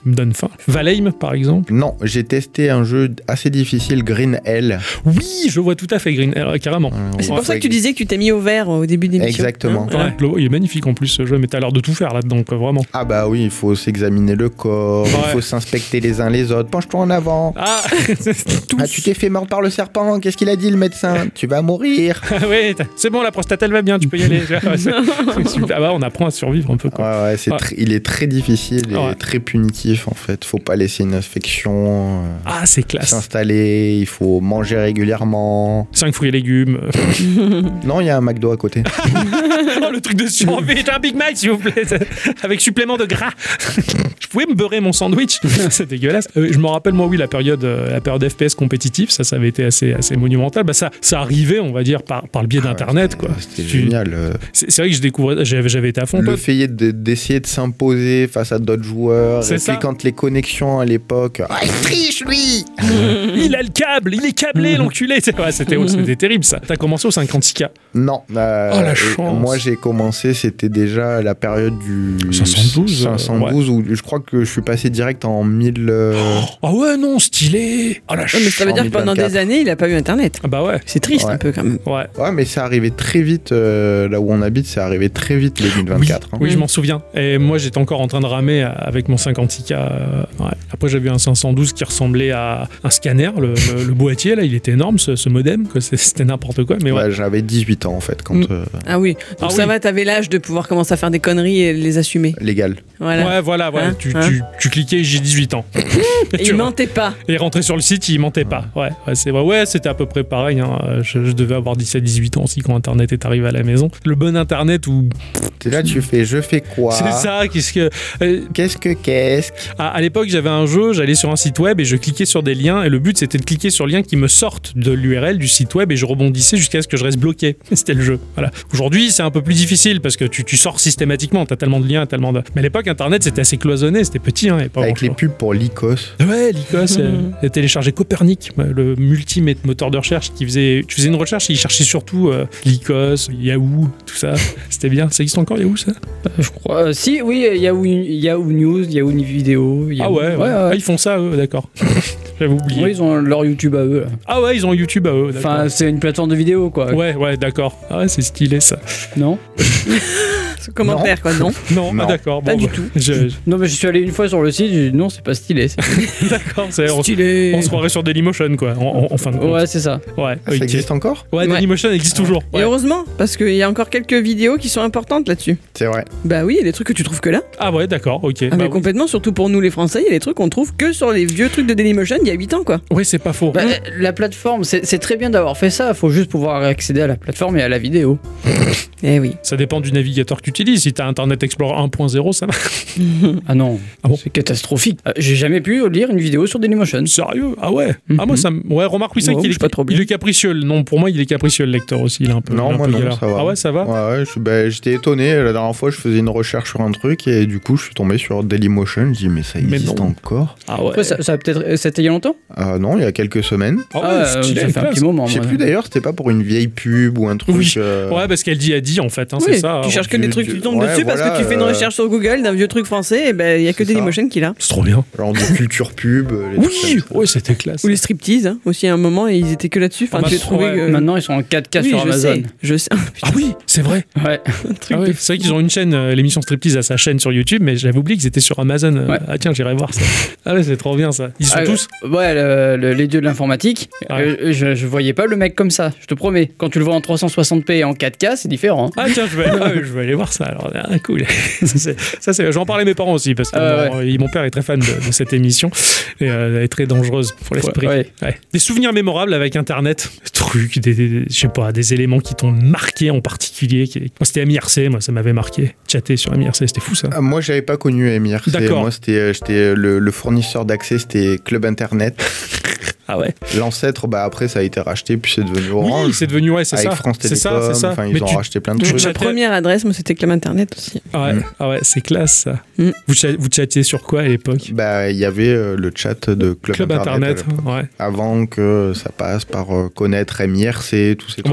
me donne faim. Valheim, par exemple. Non, j'ai testé un jeu assez difficile, Green Hell. Euh, Oui, je vois tout à fait Green, alors, carrément. C'est Ouais. pour ça que tu disais que tu t'es mis au vert euh, au début de l'émission. Exactement. Ouais, Ouais. le- il est magnifique en plus ce jeu, mais t'as l'air de tout faire là-dedans, quoi, vraiment. Ah bah oui, il faut s'examiner le corps, Ouais. il faut s'inspecter les uns les autres. Penche-toi en avant. Ah, c'est tout. Ah, tu t'es fait mordre par le serpent. Qu'est-ce qu'il a dit le médecin Tu vas mourir. Ah ouais, t'as- c'est bon, la prostate elle va bien, tu peux y aller. Ouais, c'est- c'est super. Ah bah, on apprend à survivre un peu, quoi. Ouais, ouais, c'est Ouais. tr- il est très difficile et Ouais. très punitif en fait. Faut pas laisser une infection euh, Ah, c'est classe. s'installer, il faut manger régulièrement. 5 fruits et légumes. Non, il y a un McDo à côté. Oh, le truc de survie, j'ai un Big Mac, s'il vous plaît, avec supplément de gras. je pouvais me beurrer mon sandwich, c'est dégueulasse. Euh, Je me rappelle, moi, oui, la période, euh, la période FPS compétitif, ça, ça avait été assez, assez monumental. Bah, ça, ça arrivait, on va dire, par, par le biais d'Internet, quoi. Ah C'était Tu- génial. euh, C'est c'est vrai que je découvrais, j'avais j'avais été à fond. Le pote. fait de- d'essayer de s'imposer face à d'autres joueurs, C'est et ça. puis quand les connexions à l'époque, ah, il triche lui Il a le câble, il est câblé, l'enculé. C'est- ouais, C'était c'était terrible, ça. T'as commencé au 56K. Non. euh, Oh, la et chance. Moi, j'ai commencé, c'était déjà la période du 512, euh, 512 où je crois que je suis passé direct en 1000. euh, Ah ouais, non, stylé. Oh la Ouais, mais chance. ça veut dire que pendant 2024. des années, il a pas eu internet. Ah bah ouais, C'est triste Ouais. un peu quand même. ouais. Ouais, mais c'est arrivé très vite euh, là où on habite, c'est arrivé très vite les 2024. hein. Oui, je m'en souviens. Et moi, j'étais encore en train de ramer euh, avec mon 56K. euh, ouais. Après, j'avais un 512 qui ressemblait à un scanner. Le, le- le boîtier, là, il était énorme, ce, ce modem. quoi. C'est- C'était n'importe quoi. Mais ouais. Ouais, J'avais 18 ans en fait, quand Mm. euh, Ah oui. Ah Donc ça oui. va, t'avais l'âge de pouvoir commencer à faire des conneries et les assumer. légal. Voilà. Ouais, voilà, voilà. Hein, tu, hein. tu- tu cliquais, j'ai 18 ans. Et Tu il vois. mentait pas. Et rentrer sur le site, il mentait pas. Ouais, ouais c'est vrai. Ouais, c'était à peu près pareil. hein. Euh, Je, je devais avoir 17-18 ans aussi quand Internet est arrivé à la maison. Le bon Internet où. T'es là, tu fais, je fais quoi Mm. C'est ça, qu'est-ce que. Euh, Qu'est-ce que qu'est-ce que- À, à l'époque, j'avais un jeu, j'allais sur un site web et je cliquais sur des liens. Et le but, c'était de cliquer sur le lien qui me sorte de l'URL du site web et je rebondissais jusqu'à ce que je reste bloqué. C'était le jeu. Voilà. Aujourd'hui, c'est un peu plus difficile parce que tu, tu sors systématiquement. T'as tellement de liens, tellement de. Mais à l'époque, Internet, c'était assez cloisonné, c'était petit. Hein, et pas Avec les grand-chose. pubs pour l'ICOS. Ouais, l'ICOS, euh, j'ai téléchargé Copernic, ouais, le multimètre moteur de recherche qui faisait. Tu faisais une recherche et il cherchait surtout euh, l'ICOS, Yahoo, tout ça. C'était bien. Ça existe encore Yahoo, ça Je crois. euh, si, oui, euh, Yahoo, Yahoo News, Yahoo Vidéo. Yahoo- Ah ouais, ouais. Ah, ils font ça, eux, d'accord. J'avais oublié. Ouais, ils ont leur YouTube à eux. là. Ah ouais, ils ont YouTube à eux, d'accord. Enfin, c'est une plateforme de vidéo, quoi. Ouais, ouais, d'accord. Ah, ouais, c'est stylé ça. Non Ce commentaire, quoi, non Non, Non. ah, d'accord. Pas bon, du bah, tout. je- je- Non, mais je suis allé une fois sur le site, j'ai dit non, c'est pas stylé. c'est- d'accord, c'est- on, Stylé. on se croirait sur Dailymotion, quoi. En, en- en fin de compte. Ouais, c'est ça. Ouais, Ah, ça ok. existe encore Ouais, Ouais. Dailymotion existe toujours. Et ouais. heureusement, parce qu'il y a encore quelques vidéos qui sont importantes là-dessus. C'est vrai. Bah oui, il y a des trucs que tu trouves que là. Ah ouais, d'accord, ok. Ah, Bah mais oui. complètement, surtout pour nous les Français, il y a des trucs qu'on trouve que sur les vieux trucs de Dailymotion il y a 8 ans, quoi. Ouais, c'est pas faux. Bah, la plateforme, c'est c'est très bien d'avoir fait ça, faut juste pouvoir accéder à la plateforme et à la vidéo. Eh oui. Ça dépend du navigateur que tu utilises. Si t'as Internet Explorer 1.0, ça va. Ah non, Ah bon c'est catastrophique. Euh, J'ai jamais pu lire une vidéo sur Dailymotion. Sérieux Ah ouais Ah Mhm. moi ça me- Ouais, remarque, oui, c'est Ouais, qu'il je est, suis pas trop bien. il est capricieux. le- Non, pour moi, il est capricieux, le lecteur aussi. Il est un peu. Non, il est un moi, peu non, galère. ça va. Ah ouais, ça va Ouais, ouais, je- bah, j'étais étonné. La dernière fois, je faisais une recherche sur un truc et du coup, je suis tombé sur Dailymotion. Je dis, mais ça Mais existe non. encore Ah ouais. Ouais, ça, ça a peut-être. euh, C'était il y a longtemps Ah Non, il y a quelques semaines. Ah ouais, Ah, stylé, ça fait un classe. petit moment. Je sais moi. plus d'ailleurs, c'était pas pour une vieille pub ou un truc. Oh, Oui. euh, Ouais, parce qu'elle dit à dit en fait, hein, Oui, c'est ça. tu hein. cherches que du- des trucs, du- tu tombes ouais, dessus parce voilà, que tu fais une euh, recherche sur Google d'un vieux truc français, et ben il y a que C'est ça. Dailymotion qui l'a. C'est trop bien. Genre de culture pub. euh, les trucs Oui comme ça. Ouais, c'était classe. Ou les striptease, hein, aussi à un moment, et ils étaient que là-dessus. Enfin, Ah bah, tu as trouvé ouais. que- Maintenant, ils sont en 4K Oui, sur je Amazon. sais. Je sais. Ah oui, c'est vrai. Ouais. Un truc Ah de oui, c'est vrai qu'ils ont une chaîne, euh, l'émission Striptease à sa chaîne sur YouTube, mais j'avais oublié qu'ils étaient sur Amazon. Euh, Ouais. Ah tiens, j'irai voir ça. Ah ouais, c'est trop bien ça. Ils sont Ah, tous. euh, Ouais, le- le- les dieux de l'informatique. Ouais. euh, je, je voyais pas le mec comme ça, je te promets. Quand tu le vois en 360p et en 4K, c'est différent. hein. Ah tiens, je vais, ah ouais, je vais aller voir ça. Alors, ah, cool. ça, c'est, ça, c'est- j'en parlais à mes parents aussi parce que Ah mon, mon père est très fan de, de cette émission et euh, elle est très dangereuse pour l'esprit. Ouais, Ouais. Des souvenirs mémorables avec Internet, des trucs, des, des- je sais pas, des éléments qui t'ont marqué en particulier. qui- Moi, c'était MIRC, moi, ça m'avait marqué. Chatter sur MIRC, c'était fou ça. Ah, Moi, j'avais pas connu MIRC. D'accord. Moi, c'était, euh, j'étais, euh, le, le fournisseur d'accès, c'était Club Internet. Ah ouais. L'ancêtre, bah après, ça a été racheté, puis c'est devenu Orange. Oui, c'est devenu ouais, c'est avec ça. France C'est Télécom. ça, c'est ça. Enfin, ils Mais ont tu- racheté plein de tu- trucs. j'étais- Ma première adresse, moi, c'était Club Internet aussi. Ah ouais, Mm. ah ouais, c'est classe ça. Mm. Vous, chat- vous chattiez sur quoi à l'époque Bah, il y avait euh, le chat de Club, Club Internet. Internet, à l'époque. ouais. Avant que ça passe par euh, connaître MIRC, tous Ouais, ces trucs.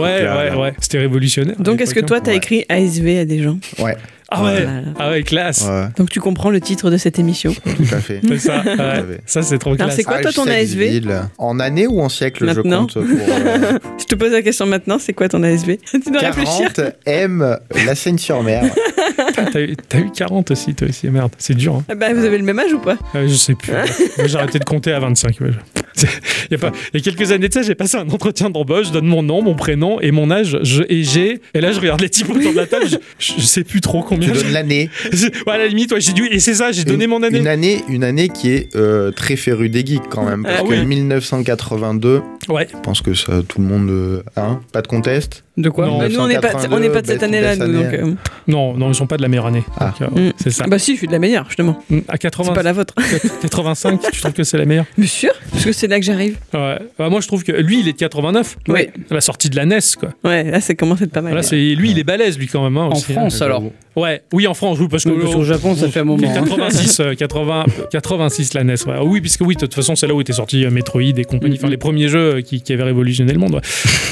ouais, ouais. C'était révolutionnaire. à Donc, est-ce que l'époque, toi, t'as ouais. écrit ASV à des gens ouais. hein. Ouais, Ah ouais, Voilà. ah ouais, classe. ouais, Donc, tu comprends le titre de cette émission. tout à fait. C'est ça. ouais. J'avais. Ça, c'est trop Alors, classe. c'est quoi, toi, ton ASV Alceville. En année ou en siècle, Maintenant. je compte pour, euh, Je te pose la question maintenant, c'est quoi ton ASV Tu dois réfléchir. 40 M, la Seine-sur-Mer. Ah, T'as eu, t'as eu 40 aussi, toi aussi. Merde, c'est dur. hein. Ah Bah, vous avez le même âge ou pas Euh, je sais plus. Moi, J'ai arrêté de compter à 25. ouais. C'est- Il y, a pas- il y a quelques années de ça, j'ai passé un entretien d'embauche, je donne mon nom, mon prénom et mon âge. Je, et j'ai. Et là, je regarde les types autour de la table, je, je sais plus trop Tu combien. donnes l'année. Ouais, à la limite, ouais, j'ai dû. Et c'est ça, j'ai donné une, mon année. Une année, une année qui est euh, très férue des geeks quand même. Parce Ah que oui. 1982, Ouais. je pense que ça, tout le monde. euh, hein, pas de conteste. De quoi Non. Bah, Nous, on n'est pas, on n'est pas de cette 1982, année-là, nous. Donc, belle euh, Non, non, ils sont pas de la meilleure année. Ah. Donc, euh, Mm. C'est ça. Bah, si, je suis de la meilleure, justement. Mm, à C'est 80, pas la vôtre. 85, tu trouves que c'est la meilleure Mais sûr, parce que c'est là que j'arrive. ouais. Bah, Moi, je trouve que lui, il est de 89. Oui. La sortie de la NES, quoi. Ouais, là, ça commence à être pas mal. Voilà, c'est lui, il est balèze, lui, quand même. hein, En aussi, hein. France, alors. Euh, Ouais, oui, en France, oui, parce que. Parce que Au Japon, ça fait un moment. hein. 86, euh, 80, 86 la NES. ouais. Ah Oui, puisque oui, de toute façon, c'est là où était sorti euh, Metroid et compagnie, Mm-hmm. enfin les premiers jeux euh, qui, qui avaient révolutionné le monde. ouais.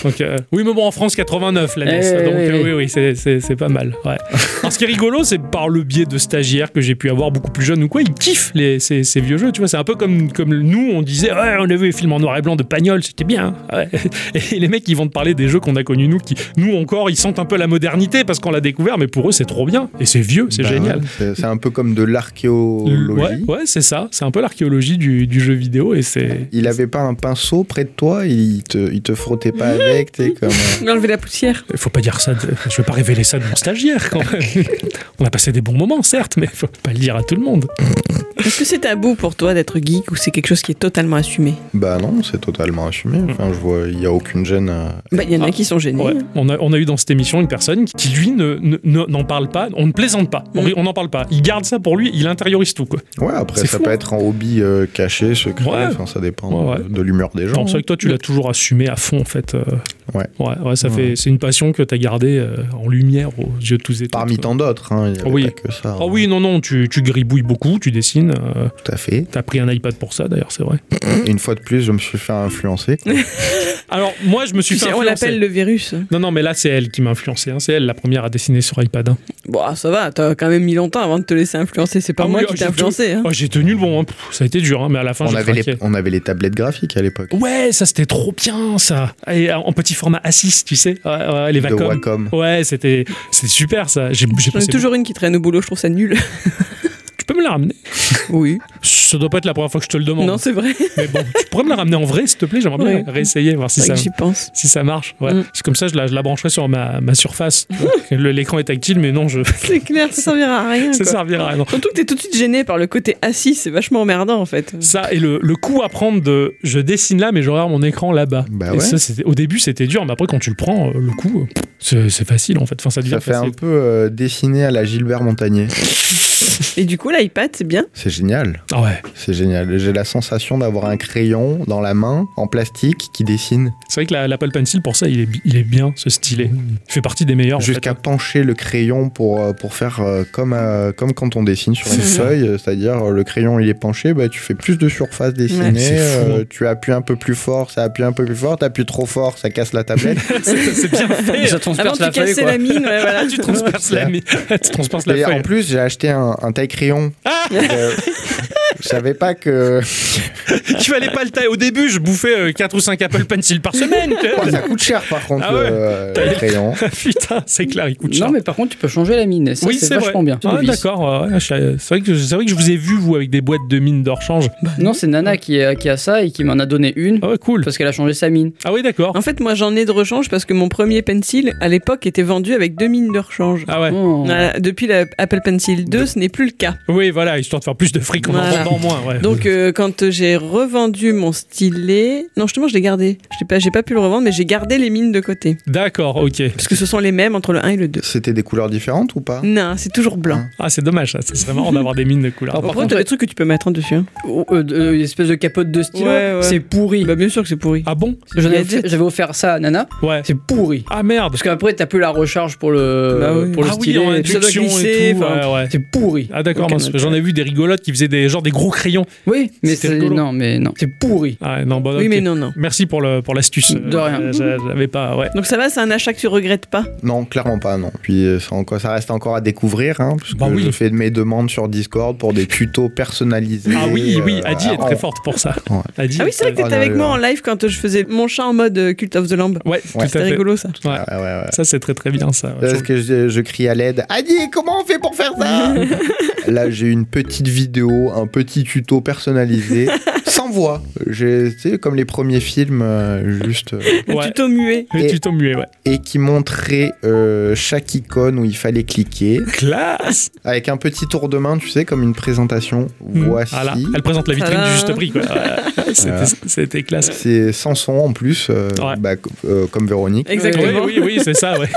Donc, euh, oui, mais bon, en France, 89 la NES. Eh, donc, oui, euh, oui. oui, oui, c'est- c'est c'est pas mal. Ouais. Alors, ce qui est rigolo, c'est par le biais de stagiaires que j'ai pu avoir beaucoup plus jeunes ou quoi, ils kiffent les, ces, ces vieux jeux. Tu vois, c'est un peu comme, comme nous, on disait, ouais, on a vu les films en noir et blanc de Pagnol, c'était bien. hein. Ouais. Et les mecs, ils vont te parler des jeux qu'on a connus, nous, qui, nous encore, ils sentent un peu la modernité parce qu'on l'a découvert, mais pour eux, c'est trop bien. Et c'est vieux, c'est Bah génial. ouais, c'est- C'est un peu comme de l'archéologie. Ouais, ouais, c'est ça. C'est un peu l'archéologie du, du jeu vidéo et c'est. Il avait pas un pinceau près de toi, il te, il te frottait pas avec, t'es comme. euh, Il a enlevé la poussière. Faut pas dire ça. de- Je vais pas révéler ça de mon stagiaire quand même. On a passé des bons moments, certes, mais faut pas le dire à tout le monde. Est-ce que c'est tabou pour toi d'être geek ou c'est quelque chose qui est totalement assumé Bah non, c'est totalement assumé. Enfin, je vois, il y a aucune gêne. à- Bah, il y en a Ah. qui sont gênés. Ouais. On, a, on a eu dans cette émission une personne qui, qui, lui, n'en ne, ne- n'en parle pas. On ne plaisante pas. On Mm. ri- On n'en parle pas. Il garde ça pour lui. Il intériorise tout, quoi. Ouais, après, C'est ça fou, peut hein. être un hobby euh, caché, secret. Ouais. Enfin, ça dépend Ouais, ouais. de, de l'humeur des gens. Non, c'est vrai que toi, tu l'as toujours assumé à fond, en fait. euh. mm. Ouais. Ouais, ouais, ça Ouais. fait. C'est une passion que t'as gardée euh, en lumière aux yeux de tous et Parmi toutes, quoi. tant d'autres, hein, il n'y avait Ah oui. pas que ça. Ah oui, non, non, tu, tu gribouilles beaucoup, tu dessines. euh, Tout à fait. T'as pris un iPad pour ça, d'ailleurs, c'est vrai. Et Une fois de plus, je me suis fait influencer. Alors, moi, je me suis Tu fait sais, on influencer. l'appelle le virus. Non, non, mais là, c'est elle qui m'a influencé. hein. C'est elle la première à dessiner sur iPad. hein. Bon, Bah, ça va, t'as quand même mis longtemps avant de te laisser influencer. C'est pas Ah moi oui, qui oh, t'ai j'ai influencé. hein. Oh, j'ai tenu le bon, hein. Pff, ça a été dur, hein, mais à la fin, on, j'ai avait craqué. les, on avait les tablettes graphiques à l'époque. Ouais, ça, c'était trop bien, ça. Et euh, en en petit format A6, tu sais, Ouais, ouais, Oh, les De Wacom. Wacom. Ouais, c'était c'était super, ça. J'ai j'ai J'en ai passé- toujours une qui traîne au boulot, je trouve ça nul. Tu peux me la ramener Oui. Ça doit pas être la première fois que je te le demande. Non, c'est vrai. mais bon, tu pourrais me la ramener en vrai, s'il te plaît J'aimerais bien Ouais. réessayer, voir si C'est vrai ça... que j'y pense. Si ça marche, ouais. Mm. C'est comme ça, je la, je la brancherai sur ma, ma surface. Le- L'écran est tactile, mais non, je, C'est clair, ça servira à rien. ça quoi. servira à rien. Surtout que t'es tout de suite gêné par le côté assis, c'est vachement emmerdant en fait. Ça et le, le coup à prendre de je dessine là mais je regarde mon écran là-bas. Bah Et ouais. ça, c'était- au début c'était dur mais après quand tu le prends euh, le coup euh, c'est c'est facile en fait. Enfin ça devient Ça fait un facile. peu euh, dessiné à la Gilbert Montagnier. Et du coup, l'iPad, c'est bien. C'est génial. Ah ouais. C'est génial. J'ai la sensation d'avoir un crayon dans la main, en plastique, qui dessine. C'est vrai que la- l'Apple Pencil pour ça il est bi- il est bien ce stylet. Il fait hein. partie des meilleurs. en Jusqu'à fait. pencher le crayon pour, euh, pour faire euh, comme, euh, comme quand on dessine sur une C'est ça. feuille, euh, c'est-à-dire euh, le crayon il est penché, bah, tu fais plus de surface dessinée, Ouais. C'est fou, euh, hein. tu appuies un peu plus fort, ça appuie un peu plus fort, t'appuies trop fort, ça casse la tablette. c'est c'est bien fait. hein. Ça Avant, transperce tu la feuille, cassais quoi. la mine, ouais, voilà. tu transperces la mi- tu transperces la Et en feuille. plus j'ai acheté un, un taille crayon. euh, Ah Je savais pas que tu fallait pas le taille. Au début je bouffais 4 ou 5 Apple Pencil par semaine. tu vois. Oh, ça coûte cher par contre Ah ouais. euh, Taille- le crayon. Putain c'est clair il coûte cher. Non, mais par contre, tu peux changer la mine. et Ça, oui, c'est c'est vrai. vachement bien. Ah, Novice. D'accord. ouais, ouais, je- c'est vrai que c'est vrai que je vous ai vu vous avec des boîtes de mine d'or change. Non, c'est Nana qui, a- qui a ça et qui m'en a donné une Ah ouais, cool. parce qu'elle a changé sa mine. Ah oui, d'accord. En fait, moi j'en ai de rechange parce que mon premier pencil à l'époque était vendu avec deux mines de rechange. Ah ouais. Oh. Voilà, depuis l'Apple Pencil 2, ce n'est plus le cas. Oui, voilà, histoire de faire plus de fric, on en Voilà. vend vendant moins, ouais. Donc euh, quand j'ai revendu mon stylet, non justement je l'ai gardé. Je l'ai pas, j'ai pas pu le revendre, mais j'ai gardé les mines de côté D'accord, ok. parce que ce sont les mêmes entre le 1 et le 2. C'était des couleurs différentes ou pas Non, c'est toujours blanc. Ah, c'est dommage, ça. Ça serait marrant d'avoir des mines de couleurs. Après, t'as des trucs que tu peux mettre en dessus. hein. Oh, euh, de- une espèce de capote de stylo, Ouais, ouais. c'est pourri. Bah bien sûr que c'est pourri. Ah bon J'en ai Gadget. offert- J'avais offert ça à Nana, Ouais. c'est pourri. Ah merde. Parce qu'après, t'as plus la recharge pour le, Bah oui. pour le ah oui, stylet. en tout ça doit induction glisser, et tout. enfin, ouais, ouais. C'est pourri. Ah d'accord, Ok, mince, notre- j'en ai vu des rigolotes qui faisaient des genre des gros crayons. Oui, mais C'était c'est rigolo. non, mais non, c'est pourri. Ah non, bon, Oui ok. mais non non. Merci pour le pour l'astuce. De Euh, rien. j'a- J'avais pas, ouais. Donc ça va, c'est un achat que tu regrettes pas. Non, clairement pas, non. Puis euh, ça, encore, ça reste encore à découvrir, hein, parce que Bah oui. je fais mes demandes sur Discord pour des tutos personnalisés. Ah oui, euh, oui, Adi est en- très forte pour ça. Ouais. Adi, Ah oui, c'est vrai que t'étais Ah, avec non, moi non. en live quand je faisais mon chat en mode euh, Cult of the Lamb. Ouais, tout à C'était fait. rigolo ça. Ouais. Ouais, ouais, ouais. Ça c'est très très bien ça. ouais. Là, Parce que je, je crie à l'aide. Adi, comment on fait pour faire ça Là, j'ai une petite vidéo, un petit tuto personnalisé, sans voix. J'ai, tu sais, comme les premiers films, euh, juste. euh, Le Ouais. tuto muet. Le Et- tuto muet, ouais. et qui montrait euh, chaque icône où il fallait cliquer, Classe. avec un petit tour de main, tu sais, comme une présentation. Voici. Hmm, Voilà. Elle présente la vitrine Tadam. du juste prix, quoi. Ouais. C'était- C'était classe. C'est sans son en plus, euh, Ouais. Eh bah, co- euh, comme Véronique. Oui, Exactement. oui, oui, c'est ça, ouais.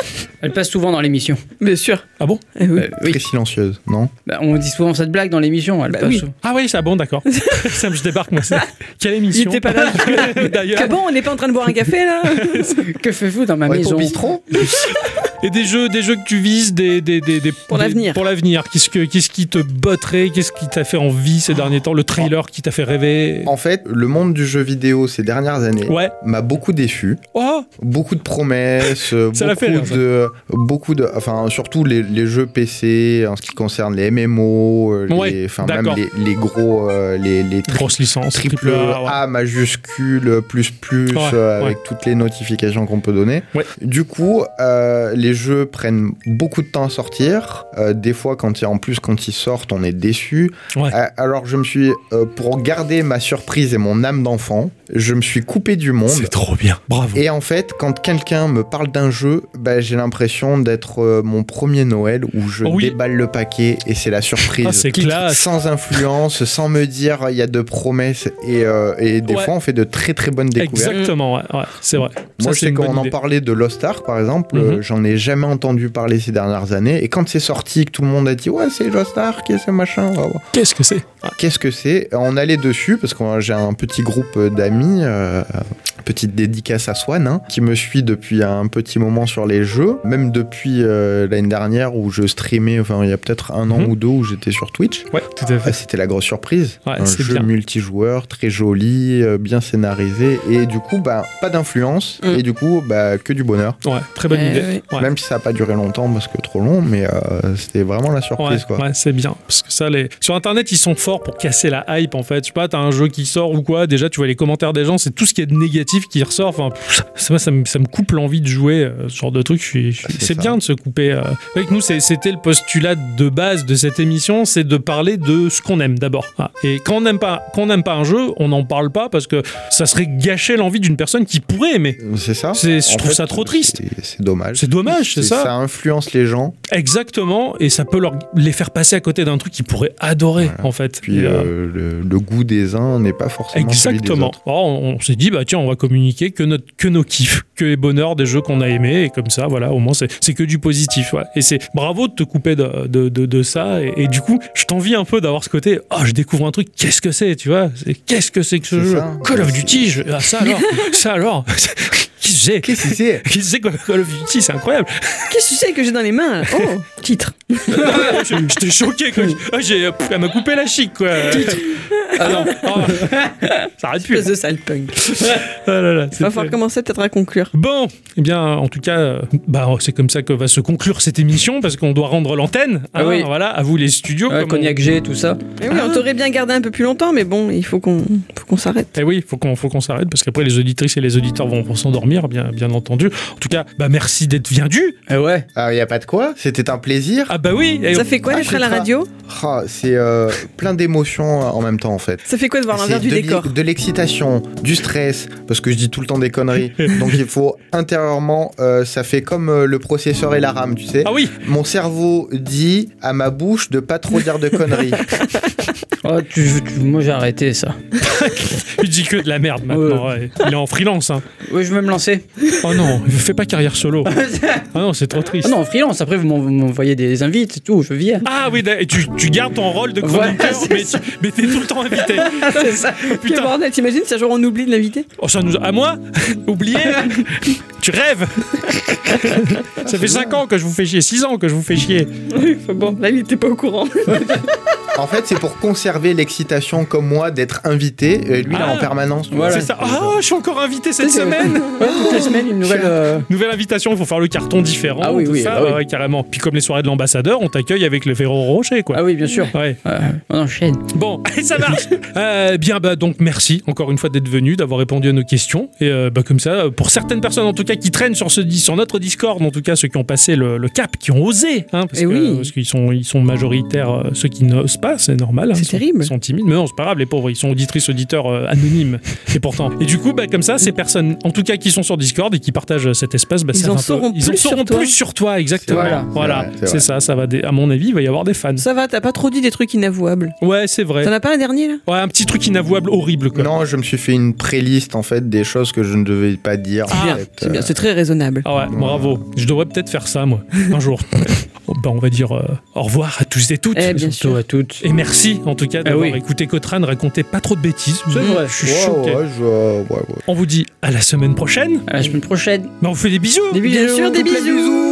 Elle passe souvent dans l'émission. Bien sûr. Ah bon Eh oui. Euh, oui. Très silencieuse, non Bah, on dit souvent cette blague dans l'émission. Elle Bah passe oui. souvent. Ah oui, ça, bon, d'accord. ça, je débarque, moi. c'est- Quelle émission Il était pas là. D'ailleurs. Que bon, on n'est pas en train de boire un café là Que faites-vous dans ma Ouais, maison ton bistrot Et des jeux, des jeux que tu vises, des, des, des, des- Pour des- l'avenir. Pour l'avenir. Qu'est-ce que, qu'est-ce qui te botterait Qu'est-ce qui t'a fait envie ces derniers temps Le trailer qui t'a fait rêver En fait, le monde du jeu vidéo ces dernières années Ouais. m'a beaucoup déçu. Oh Beaucoup de promesses, euh, Ça beaucoup l'a fait rire, ça. de, beaucoup de, enfin surtout les, les jeux PC en ce qui concerne les MMO, euh, Ouais, les, enfin même d'accord. les, les gros, euh, les, les tri- Grosse licence. triple A, ouais. A majuscule plus plus Ouais, euh, ouais. avec toutes les notifications qu'on peut donner. Ouais. Du coup, euh, les jeux prennent beaucoup de temps à sortir. Euh, des fois, quand ils, en plus quand ils sortent, on est déçu. Ouais. Euh, alors je me suis, euh, pour garder ma surprise et mon âme d'enfant, je me suis coupé du monde. C'est trop bien. Bravo. Et en fait, quand quelqu'un me parle d'un jeu, bah, j'ai l'impression d'être euh, mon premier Noël où je Oh oui. déballe le paquet et c'est la surprise. Ah, c'est Clic, classe. Sans influence, sans me dire il y a de promesses. Et, euh, et des Ouais. fois, on fait de très très bonnes découvertes. Exactement, ouais, ouais, c'est vrai. Moi, Ça, c'est je sais une qu'on bonne en idée. parlait de Lost Ark, par exemple, euh, Mhm. j'en ai jamais entendu parler ces dernières années. Et quand c'est sorti, que tout le monde a dit ouais, c'est Lost Ark et c'est machin. ouais, ouais. Qu'est-ce que c'est Qu'est-ce que c'est On allait dessus parce que j'ai un petit groupe d'amis, euh, petite dédicace à Swan, hein, qui me suit depuis un petit moment sur les jeux, même depuis euh, l'année dernière où je streamais, enfin il y a peut-être un an Mhm. ou deux où j'étais sur Twitch. Ouais, tout à Ah, fait. C'était la grosse surprise. Ouais, un c'est jeu bien. multijoueur, très joli, euh, bien scénarisé, et du coup, bah, pas d'influence, Mm. et du coup, bah, que du bonheur. Ouais, très bonne Eh idée. Ouais. Même si ça n'a pas duré longtemps parce que trop long, mais euh, c'était vraiment la Ouais, surprise. quoi. ouais, c'est bien. Parce que ça, les... sur Internet, ils sont forts pour casser la hype, en fait. Je sais pas, t'as un jeu qui sort ou quoi, déjà, tu vois les commentaires des gens, c'est tout ce qu'il y a de négatif qui ressort. Enfin, pff, ça, moi, ça me, ça me coupe l'envie de jouer, euh, ce genre de truc. je suis- je suis- Ah, c'est C'est ça. bien de se couper. euh. Avec nous, c'est- c'était le postulat de base de cette émission, c'est de parler de ce qu'on aime d'abord. Ah, Et quand on n'aime pas, quand on n'aime pas un jeu, on n'en parle pas parce que ça serait gâcher l'envie d'une personne qui pourrait aimer. C'est ça C'est- je En trouve fait, ça trop triste. c'est- C'est dommage. C'est dommage, c'est ça. Ça influence les gens. Exactement, et ça peut leur, les faire passer à côté d'un truc qu'ils pourraient adorer, Voilà. en fait. Puis Et, euh, euh, le, le goût des uns n'est pas forcément celui des Exactement. autres. Alors, on on s'est dit, bah tiens, on va communiquer que, notre, que nos kiffs, que les bonheurs des jeux qu'on a aimés, et comme ça, voilà, au moins, c'est c'est que du positif. ouais. Et c'est bravo de te couper de, de, de- de ça, et, et du coup, je t'envie un peu d'avoir ce côté, oh, je découvre un truc, qu'est-ce que c'est, tu vois C'est- Qu'est-ce que c'est que ce C'est jeu ça. Call of C'est- Duty, je- ah, ça alors Ça alors Qui c'est Qu'est-ce que c'est Qui c'est Call Call of Duty C'est incroyable Ah, Qu'est-ce que c'est que j'ai dans les mains là Oh, titre. Je- J'étais choqué, quoi. Ah, j'ai- pff, Elle m'a coupé la chic, quoi. Ah non Ah, Ça arrête plus. Espèce de sale punk. Ah là là, Va c'était- falloir commencer peut-être à conclure. Bon, eh bien, en tout cas, euh, bah, c'est comme ça que va se conclure cette émission parce qu'on doit rendre l'antenne. Ah hein, oui. Voilà, à vous les studios. Ouais, comme on- cognac G, tout ça. Eh oui, on t'aurait bien gardé un peu plus longtemps, mais bon, il faut qu'on faut qu'on s'arrête. Eh oui, faut qu'on faut qu'on s'arrête parce qu'après les auditrices et les auditeurs vont, vont s'endormir. plaisir, bien, bien entendu. En tout cas, bah merci d'être venu. Eh ouais. Ah, y a pas de quoi. C'était un plaisir. Ah bah oui. et- Ça fait quoi d'être à la Achètera. radio Ah, c'est euh, plein d'émotions euh, en même temps en fait. Ça fait quoi de voir C'est l'envers du de l'e- décor De l'excitation, du stress, parce que je dis tout le temps des conneries. Donc il faut intérieurement, euh, ça fait comme euh, le processeur et la RAM, tu sais. Ah oui. Mon cerveau dit à ma bouche de pas trop dire de conneries. Oh, tu- tu- moi j'ai arrêté ça. Il dit que de la merde maintenant. ouais. Il est en freelance. hein. Oui, je vais me lancer. Oh non, il fait pas carrière solo. Ah non, c'est trop triste. Ah non, en freelance, après vous m'en- vous m'envoyez des invites et tout, je viens. Ah oui, d'ac- et tu, tu gardes ton rôle de Voilà, chroniqueur, c'est mais, tu, ça. mais t'es tout le temps invité. C'est ça. Quel Putain, bordel, t'imagines si un jour on oublie de l'inviter oh, ça nous... à moi Oublié Tu rêves Ça fait 5 ans que je vous fais chier, 6 ans que je vous fais chier. Bon, là il était pas au courant. en fait, c'est pour conserver l'excitation comme moi d'être invité. Euh, lui, là, Ah. en permanence. tu vois. Voilà. C'est ça. Ah, je suis encore invité cette C'est- semaine Ouais, toutes les semaines, une nouvelle. euh, Nouvelle invitation, il faut faire le carton différent. Ah oui, tout oui, ça, ah oui. ouais, carrément. Puis comme les soirées de l'ambassadeur, on t'accueille avec le Ferro Rocher, quoi. Ah oui, bien sûr. Ouais. Euh, on enchaîne. Bon, allez, ça marche. Euh, bien, bah donc merci encore une fois d'être venu, d'avoir répondu à nos questions. Et euh, bah, comme ça, euh, pour certaines personnes en tout cas qui traînent sur ce dis- sur notre Discord, en tout cas ceux qui ont passé le, le cap, qui ont osé, hein, parce Eh que- oui. parce qu'ils sont ils sont majoritaires euh, ceux qui n'osent pas, c'est normal. hein, C'est ils sont- terrible. Ils sont timides, mais non, c'est pas grave, les pauvres, ils sont auditrices auditeurs euh, anonymes. et pourtant. Et du coup, bah comme ça, ces personnes, en tout cas qui sont sur Discord et qui partagent euh, cet espace, bah, Ils savent en un peu- sauront ils en plus sauront sur toi. plus sur toi, exactement. vrai, c'est voilà, vrai, c'est c'est vrai. ça, ça va. des- à mon avis, il va y avoir des fans. Ça va, t'as pas trop dit des trucs inavouables. Ouais, c'est vrai. T'en as pas un dernier là Ouais, un petit truc inavouable, horrible, quoi. Non, je me suis fait une préliste en fait des choses que je ne devais pas dire. C'est en bien, fait. Ah, c'est bien, c'est très raisonnable. Ah ouais, bravo. Je devrais peut-être faire ça, moi, un jour. Oh, bah, on va dire euh, au revoir à tous et toutes. Eh bien Surtout sûr. à toutes. Et merci, en tout cas, d'avoir Eh oui. écouté Cotran raconter pas trop de bêtises. C'est vrai. Je suis Ouais, choqué. ouais, je- ouais, ouais. On vous dit à la semaine prochaine. À la semaine prochaine. Bah, on vous fait des bisous. Des Bien bisous. sûr, des plein de bisous.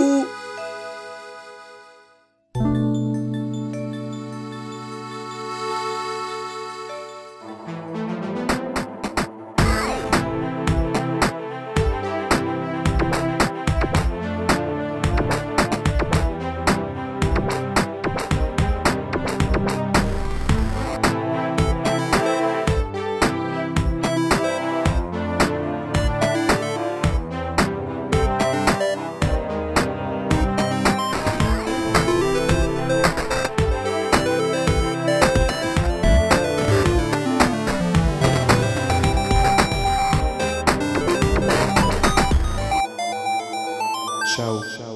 Ciao.